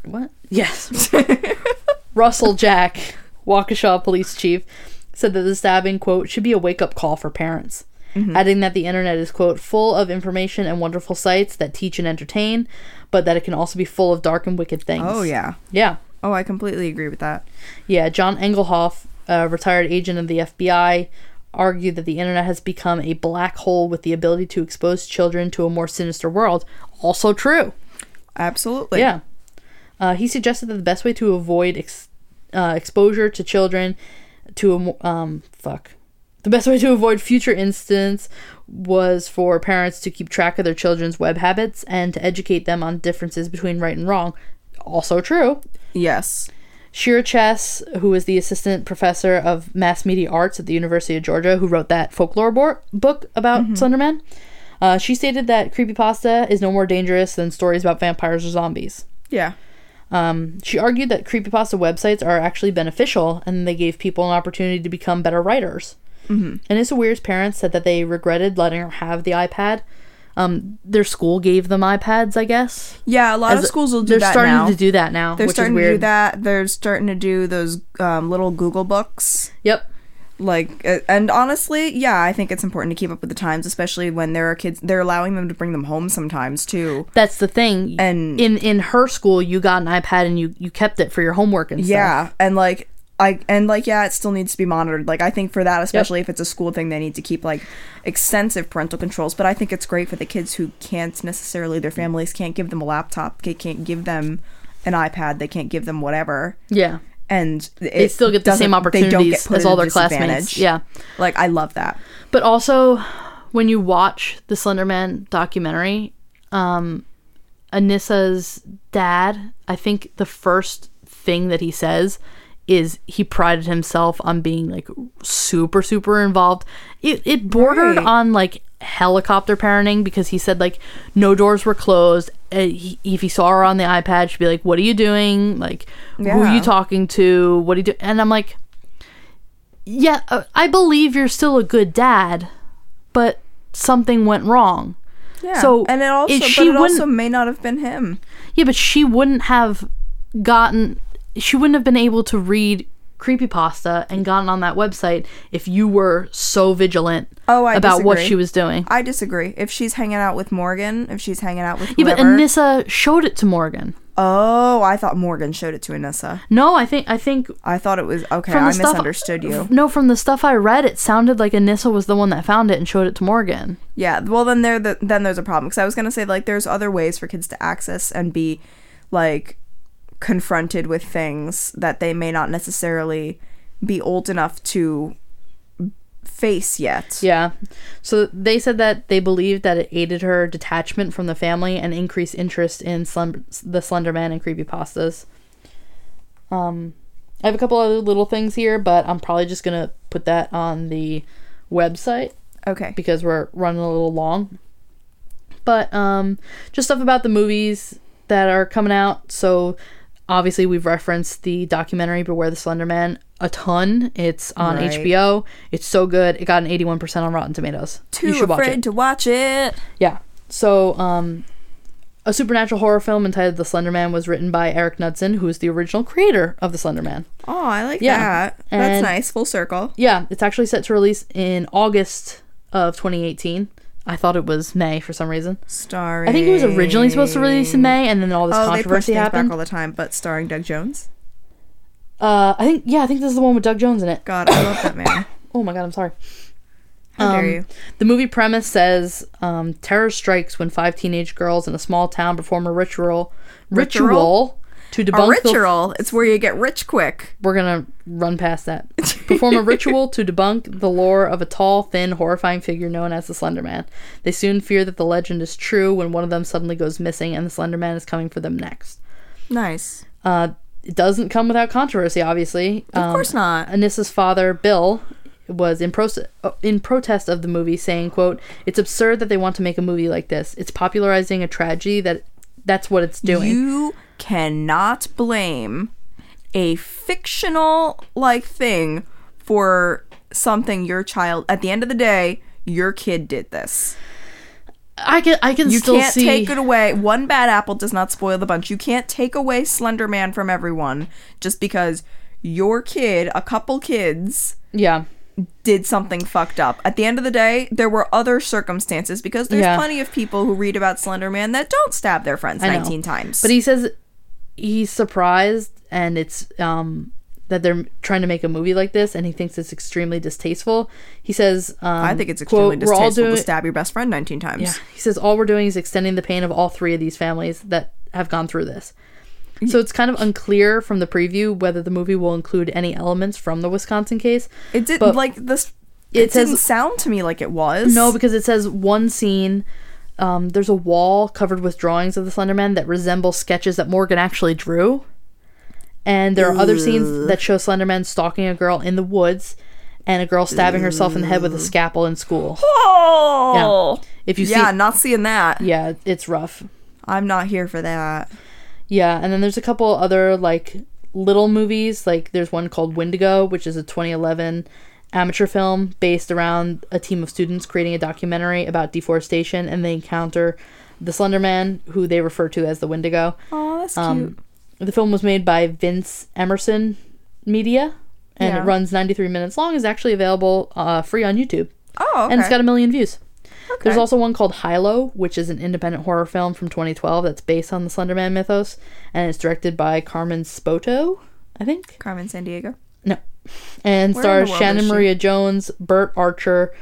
A: What? Yes. Russell Jack, Waukesha police chief, said that the stabbing, quote, should be a wake up call for parents.
B: Mm-hmm.
A: Adding that the internet is, quote, full of information and wonderful sites that teach and entertain, but that it can also be full of dark and wicked things.
B: oh yeah
A: Yeah.
B: oh i completely agree with that
A: Yeah. John Engelhoff, a retired agent of the FBI, argued that the internet has become a black hole with the ability to expose children to a more sinister world. Also true.
B: absolutely
A: Yeah. Uh, he suggested that the best way to avoid ex- uh, exposure to children to a mo- um fuck. The best way to avoid future incidents was for parents to keep track of their children's web habits and to educate them on differences between right and wrong. Also true.
B: yes
A: Shira Chess, who is the assistant professor of mass media arts at the University of Georgia, who wrote that folklore bo- book about Slenderman, uh, she stated that creepypasta is no more dangerous than stories about vampires or zombies.
B: Yeah.
A: Um, she argued that creepypasta websites are actually beneficial and they gave people an opportunity to become better writers. Mm-hmm. And Issa Weir's parents said that they regretted letting her have the iPad. Um, their school gave them iPads, I guess.
B: Yeah, a lot
A: As-
B: of schools will do
A: They're
B: that
A: starting
B: now.
A: to do that now,
B: They're
A: which
B: starting
A: is
B: to
A: weird.
B: do that. They're starting to do those um, little Google books.
A: Yep.
B: Like, uh, and honestly, yeah, I think it's important to keep up with the times, especially when there are kids. They're allowing them to bring them home sometimes too.
A: That's the thing.
B: And-
A: in in her school, you got an iPad and you you kept it for your homework and stuff.
B: Yeah, and like I and like yeah, it still needs to be monitored. Like I think for that, especially if it's a school thing, they need to keep like extensive parental controls. But I think it's great for the kids who can't necessarily their families can't give them a laptop, they can't give them an iPad, they can't give them whatever,
A: Yeah.
B: and it
A: They still get the same
B: doesn't- they don't
A: opportunities
B: get put
A: as
B: at a
A: all their
B: disadvantage.
A: classmates. Yeah.
B: like I love that.
A: But also, when you watch the Slenderman documentary, um, Anissa's dad, I think the first thing that he says is he prided himself on being like super super involved. It it bordered
B: Right.
A: on like helicopter parenting because he said like no doors were closed. Uh, he, if he saw her on the iPad, she'd be like, "What are you doing? Like, who are
B: Yeah.
A: you talking to? What do you do?" And I'm like, yeah, uh, I believe you're still a good dad, but something went wrong.
B: Yeah.
A: So,
B: and it also,
A: if
B: but
A: she
B: it also
A: wouldn't-
B: may not have been him.
A: Yeah, but she wouldn't have gotten, she wouldn't have been able to read creepypasta and gotten on that website if you were so vigilant
B: Oh, I
A: about what
B: disagree.
A: she was doing.
B: I disagree. If she's hanging out with Morgan, if she's hanging out with
A: yeah, but
B: whoever,
A: Anissa showed it to Morgan.
B: oh, I thought Morgan showed it to Anissa.
A: No, I think I think
B: I thought it was okay.
A: from
B: I
A: the stuff
B: misunderstood you.
A: No, from the stuff I read, it sounded like Anissa was the one that found it and showed it to Morgan.
B: Yeah. Well, then there the, then there's a problem because I was gonna say like there's other ways for kids to access and be like confronted with things that they may not necessarily be old enough to face yet.
A: Yeah. So they said that they believed that it aided her detachment from the family and increased interest in slumber, the Slender Man and creepypastas. Um, I have a couple other little things here, but I'm probably just going to put that on the website
B: Okay.
A: because we're running a little long. But um, just stuff about the movies that are coming out. So obviously we've referenced the documentary Beware the Slender Man a ton. It's on
B: Right.
A: HBO. It's so good. It got an 81% on Rotten Tomatoes. you
B: Too
A: should watch
B: afraid
A: it.
B: to watch it.
A: Yeah. So um, a supernatural horror film entitled The Slender Man was written by Eric Knudsen, who is the original creator of The Slender Man.
B: Oh, I like
A: Yeah.
B: that.
A: And-
B: That's nice. Full circle.
A: Yeah, it's actually set to release in August of 2018. I thought it was May for some reason.
B: Starring.
A: I think it was originally supposed to release in May, and then all this
B: Oh, they push
A: controversy
B: things back
A: happened.
B: all the time, but starring Doug Jones.
A: uh, I think yeah, I think this is the one with Doug Jones in it.
B: God, I love that man.
A: Oh my god, I'm sorry.
B: How
A: Um,
B: dare you?
A: The movie premise says um, terror strikes when five teenage girls in a small town perform a ritual ritual,
B: Ritual?
A: to
B: A
A: debunk the
B: ritual. It's where you get rich quick.
A: we're gonna run past that. Perform a ritual to debunk the lore of a tall, thin, horrifying figure known as the Slender Man. They soon fear that the legend is true when one of them suddenly goes missing and the Slender Man is coming for them next.
B: Nice.
A: Uh, it doesn't come without controversy, obviously.
B: Of course not.
A: Anissa's father, Bill, was in, pro- in protest of the movie, saying, quote, It's absurd that they want to make a movie like this. It's popularizing a tragedy that that's what it's doing.
B: You cannot blame a fictional like thing for something your child at the end of the day, your kid did this.
A: I can I can
B: You
A: still
B: can't
A: see
B: take it away. One bad apple does not spoil the bunch. You can't take away Slender Man from everyone just because your kid, a couple kids,
A: Yeah.
B: did something fucked up. At the end of the day, there were other circumstances because there's
A: Yeah.
B: plenty of people who read about Slender Man that don't stab their friends
A: know.
B: 19 times.
A: But he says he's surprised and it's um that they're trying to make a movie like this and he thinks it's extremely distasteful. He says um,
B: I think it's extremely
A: quote, "We're all
B: distasteful
A: doing-
B: to stab your best friend 19 times.
A: Yeah. He says all we're doing is extending the pain of all three of these families that have gone through this. So it's kind of unclear from the preview whether the movie will include any elements from the Wisconsin case.
B: It didn't
A: But-
B: like this
A: It
B: it,
A: says-
B: didn't sound to me like it was.
A: No, because it says one scene. Um, there's a wall covered with drawings of the Slender Man that resemble sketches that Morgan actually drew, And there are other scenes that show Slenderman stalking a girl in the woods and a girl stabbing herself in the head with a scalpel in school.
B: Oh.
A: If you
B: yeah,
A: see
B: not seeing that.
A: Yeah, it's rough.
B: I'm not here for that.
A: Yeah, and then there's a couple other like little movies. Like there's one called Wendigo, which is a 2011 amateur film based around a team of students creating a documentary about deforestation, and they encounter the Slender Man, who they refer to as the Wendigo.
B: Oh, that's
A: Um, the film was made by Vince Emerson Media, and
B: Yeah.
A: it runs 93 minutes long. is actually available uh, free on YouTube,
B: Oh, okay.
A: and it's got a million views. There's
B: Okay.
A: also one called Hilo, which is an independent horror film from 2012 that's based on the Slender Man mythos, and it's directed by Carmen Spoto, I think,
B: Crime in San Diego.
A: and
B: Where in the
A: stars
B: world is
A: Shannon
B: she?
A: Maria Jones, Burt Archer,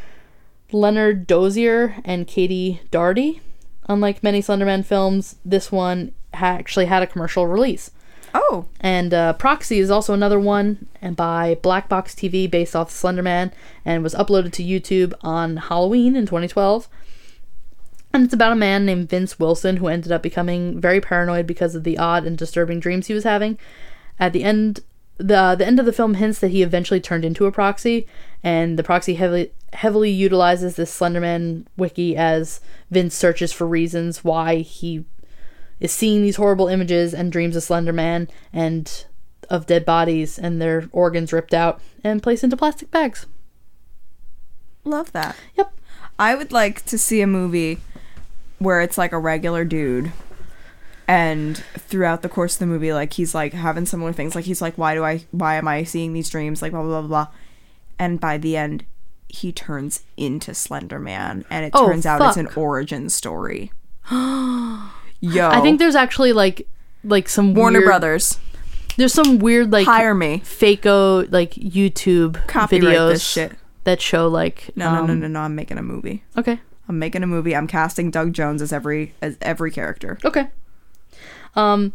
A: Leonard Dozier, and Katie Darty. Unlike many Slenderman films, this one ha- actually had a commercial release.
B: Oh,
A: And uh, Proxy is also another one and by Black Box TV based off Slenderman and was uploaded to YouTube on Halloween in 2012. And it's about a man named Vince Wilson who ended up becoming very paranoid because of the odd and disturbing dreams he was having. At the end, the the end of the film hints that he eventually turned into a proxy, and the proxy heavily heavily utilizes this Slenderman wiki as Vince searches for reasons why he is seeing these horrible images and dreams of Slender Man and of dead bodies and their organs ripped out and placed into plastic bags.
B: love that.
A: Yep.
B: I would like to see a movie where it's like a regular dude and throughout the course of the movie like he's like having similar things like he's like why do I why am I seeing these dreams like blah blah blah blah and by the end he turns into Slender Man and it
A: Oh,
B: turns out it's an
A: fuck.
B: origin story. Yo.
A: I think there's actually like like some
B: Oh. Warner
A: weird-
B: Brothers
A: There's some weird like
B: hire me.
A: fako like YouTube
B: Copyright
A: videos
B: this shit.
A: that show like
B: No,
A: um,
B: no, no, no, no, I'm making a movie.
A: Okay.
B: I'm making a movie. I'm casting Doug Jones as every as every character.
A: Okay. Um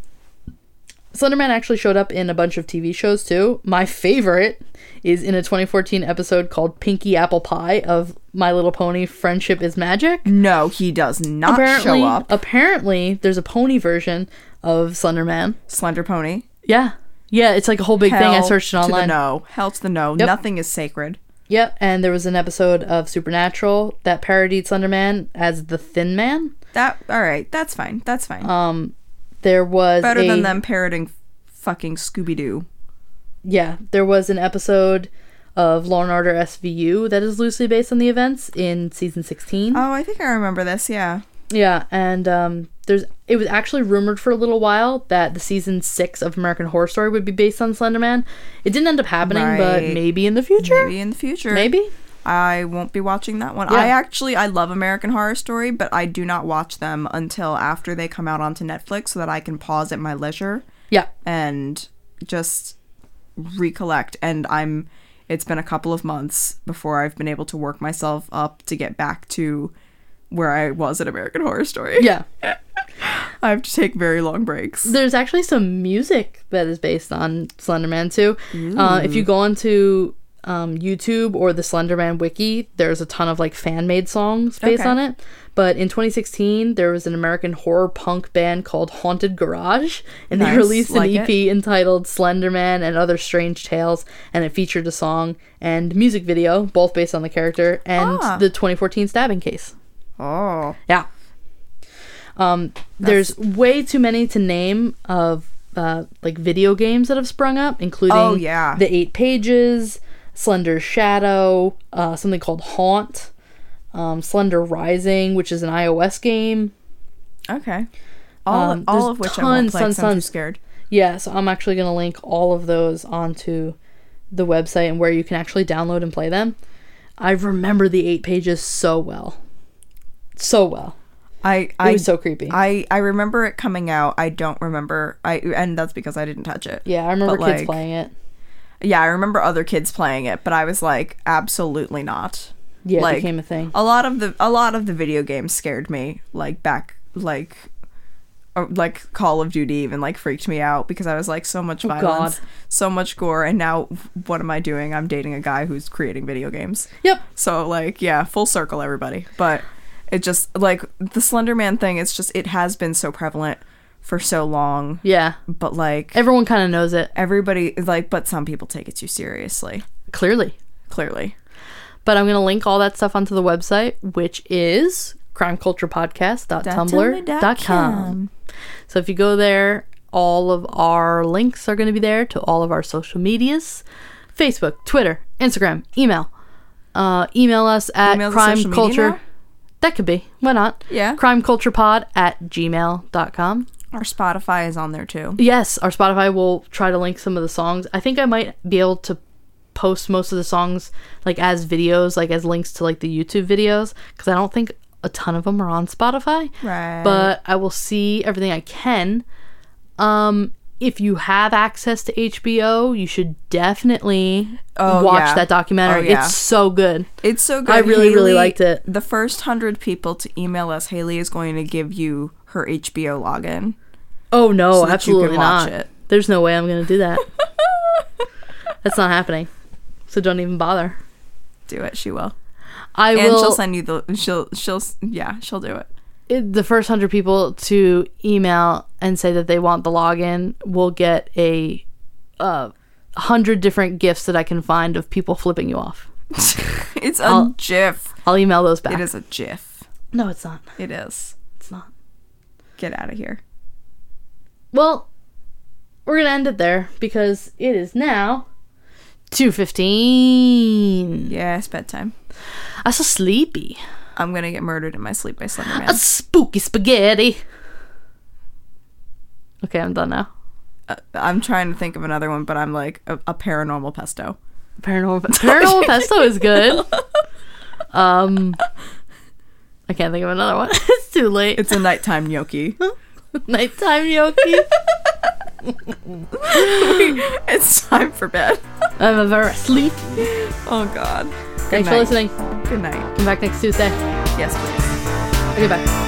A: Slenderman actually showed up in a bunch of TV shows too. My favorite is in a 2014 episode called Pinky Apple Pie of My Little Pony Friendship is Magic.
B: No, he does not
A: apparently,
B: show up.
A: apparently, there's a pony version of Slenderman.
B: Slender Pony.
A: Yeah, yeah, it's like a whole big thing. I
B: Hell
A: searched it
B: To the
A: online.
B: no. Hell to the no. Nothing is sacred.
A: Yep, and there was an episode of Supernatural that parodied Slenderman as the Thin Man.
B: That all right. That's fine. That's fine.
A: There was
B: Better
A: Um, a-
B: than them parroting fucking Scooby Doo.
A: Yeah, there was an episode of Law and Order SVU that is loosely based on the events in season 16.
B: Oh, I think I remember this. Yeah.
A: Yeah, and um, there's it was actually rumored for a little while that the season six of American Horror Story would be based on Slenderman. It didn't end up happening, but
B: Right.
A: maybe in the future.
B: Maybe in the future.
A: Maybe.
B: I won't be watching that one.
A: Yeah.
B: I actually I love American Horror Story, but I do not watch them until after they come out onto Netflix, so that I can pause at my leisure
A: Yeah.
B: and just recollect and i'm it's been a couple of months before i've been able to work myself up to get back to where i was at american horror story
A: Yeah.
B: i have to take very long breaks
A: There's actually some music that is based on Slenderman too. Uh, if you go onto um, YouTube or the Slenderman wiki, there's a ton of like fan made songs based
B: Okay.
A: on it. But in 2016, there was an American horror punk band called Haunted Garage, and they
B: Nice,
A: released an
B: like it.
A: EP entitled Slenderman and Other Strange Tales, and it featured a song and music video, both based on the character and
B: Ah.
A: the 2014 stabbing case.
B: oh
A: Yeah. Um, there's way too many to name of uh, like video games that have sprung up, including
B: Oh, yeah.
A: the Eight Pages, Slender Shadow, uh, something called Haunt, um, Slender Rising, which is an iOS game.
B: okay all,
A: Um,
B: all
A: there's
B: of which i won't
A: tons,
B: play 'cause
A: tons,
B: i'm too
A: tons.
B: scared
A: Yeah, so I'm actually gonna link all of those onto the website and where you can actually download and play them. I remember the Eight Pages so well, so well.
B: i
A: It
B: i
A: was so creepy.
B: I, I remember it coming out. I don't remember. I and that's because I didn't touch it.
A: yeah, I remember
B: but,
A: kids
B: like,
A: playing it.
B: Yeah, I remember other kids playing it, but I was like, absolutely not.
A: Yeah,
B: like,
A: it became a thing.
B: a lot of the a lot of the video games scared me like back like or, like Call of Duty even like freaked me out because I was like so much
A: Oh, God.
B: violence, so much gore, and now what am I doing? I'm dating a guy who's creating video games.
A: Yep.
B: So like yeah, full circle everybody. But it just like the Slender Man thing, it's just it has been so prevalent for so long,
A: Yeah.
B: but like
A: Everyone kind of knows it,
B: everybody like but some people take it too seriously,
A: clearly.
B: clearly.
A: But I'm going to link all that stuff onto the website, which is crimeculturepodcast.tumblr.com. So if you go there, all of our links are going to be there to all of our social medias Facebook, Twitter, Instagram, email. Uh, email us at
B: Email the social
A: crime
B: media
A: culture.
B: now?
A: That could be. Why not?
B: Yeah.
A: Crimeculturepod at gmail.com.
B: Our Spotify is on there too.
A: Yes, our Spotify will try to link some of the songs. I think I might be able to post most of the songs like as videos, like as links to like the YouTube videos, because I don't think a ton of them are on Spotify.
B: Right.
A: But I will see everything I can. Um, if you have access to HBO, you should definitely
B: Oh,
A: watch
B: yeah.
A: that documentary.
B: Oh, yeah.
A: It's so good.
B: It's so good.
A: I really, really liked it.
B: The first hundred people to email us, Haley is going to give you her HBO login.
A: Oh no,
B: that you
A: absolutely
B: can watch
A: not.
B: it.
A: There's no way I'm gonna do that. That's not happening. So don't even bother.
B: Do it. She will.
A: I
B: and
A: will.
B: she'll send you the. She'll. She'll. s- Yeah. She'll do it.
A: it- the first hundred people to email and say that they want the login will get a uh, hundred different gifts that I can find of people flipping you off.
B: it's a GIF.
A: I'll email those back.
B: It is a GIF.
A: No, it's not.
B: It is.
A: It's not.
B: Get out of here.
A: Well, we're gonna end it there because it is now two fifteen.
B: Yeah, it's bedtime.
A: I'm so sleepy.
B: I'm gonna get murdered in my sleep by Slenderman.
A: A spooky spaghetti. Okay, I'm done now.
B: Uh, I'm trying to think of another one, but I'm like a, a paranormal pesto.
A: Paranormal Paranormal Pesto is good. Um I can't think of another one. it's too late.
B: It's a nighttime gnocchi.
A: nighttime gnocchi.
B: it's time for bed.
A: I'm a very sleep.
B: Oh God. Good
A: Thanks for
B: night.
A: listening.
B: Good night.
A: Come back next Tuesday.
B: Yes, please.
A: Okay, bye.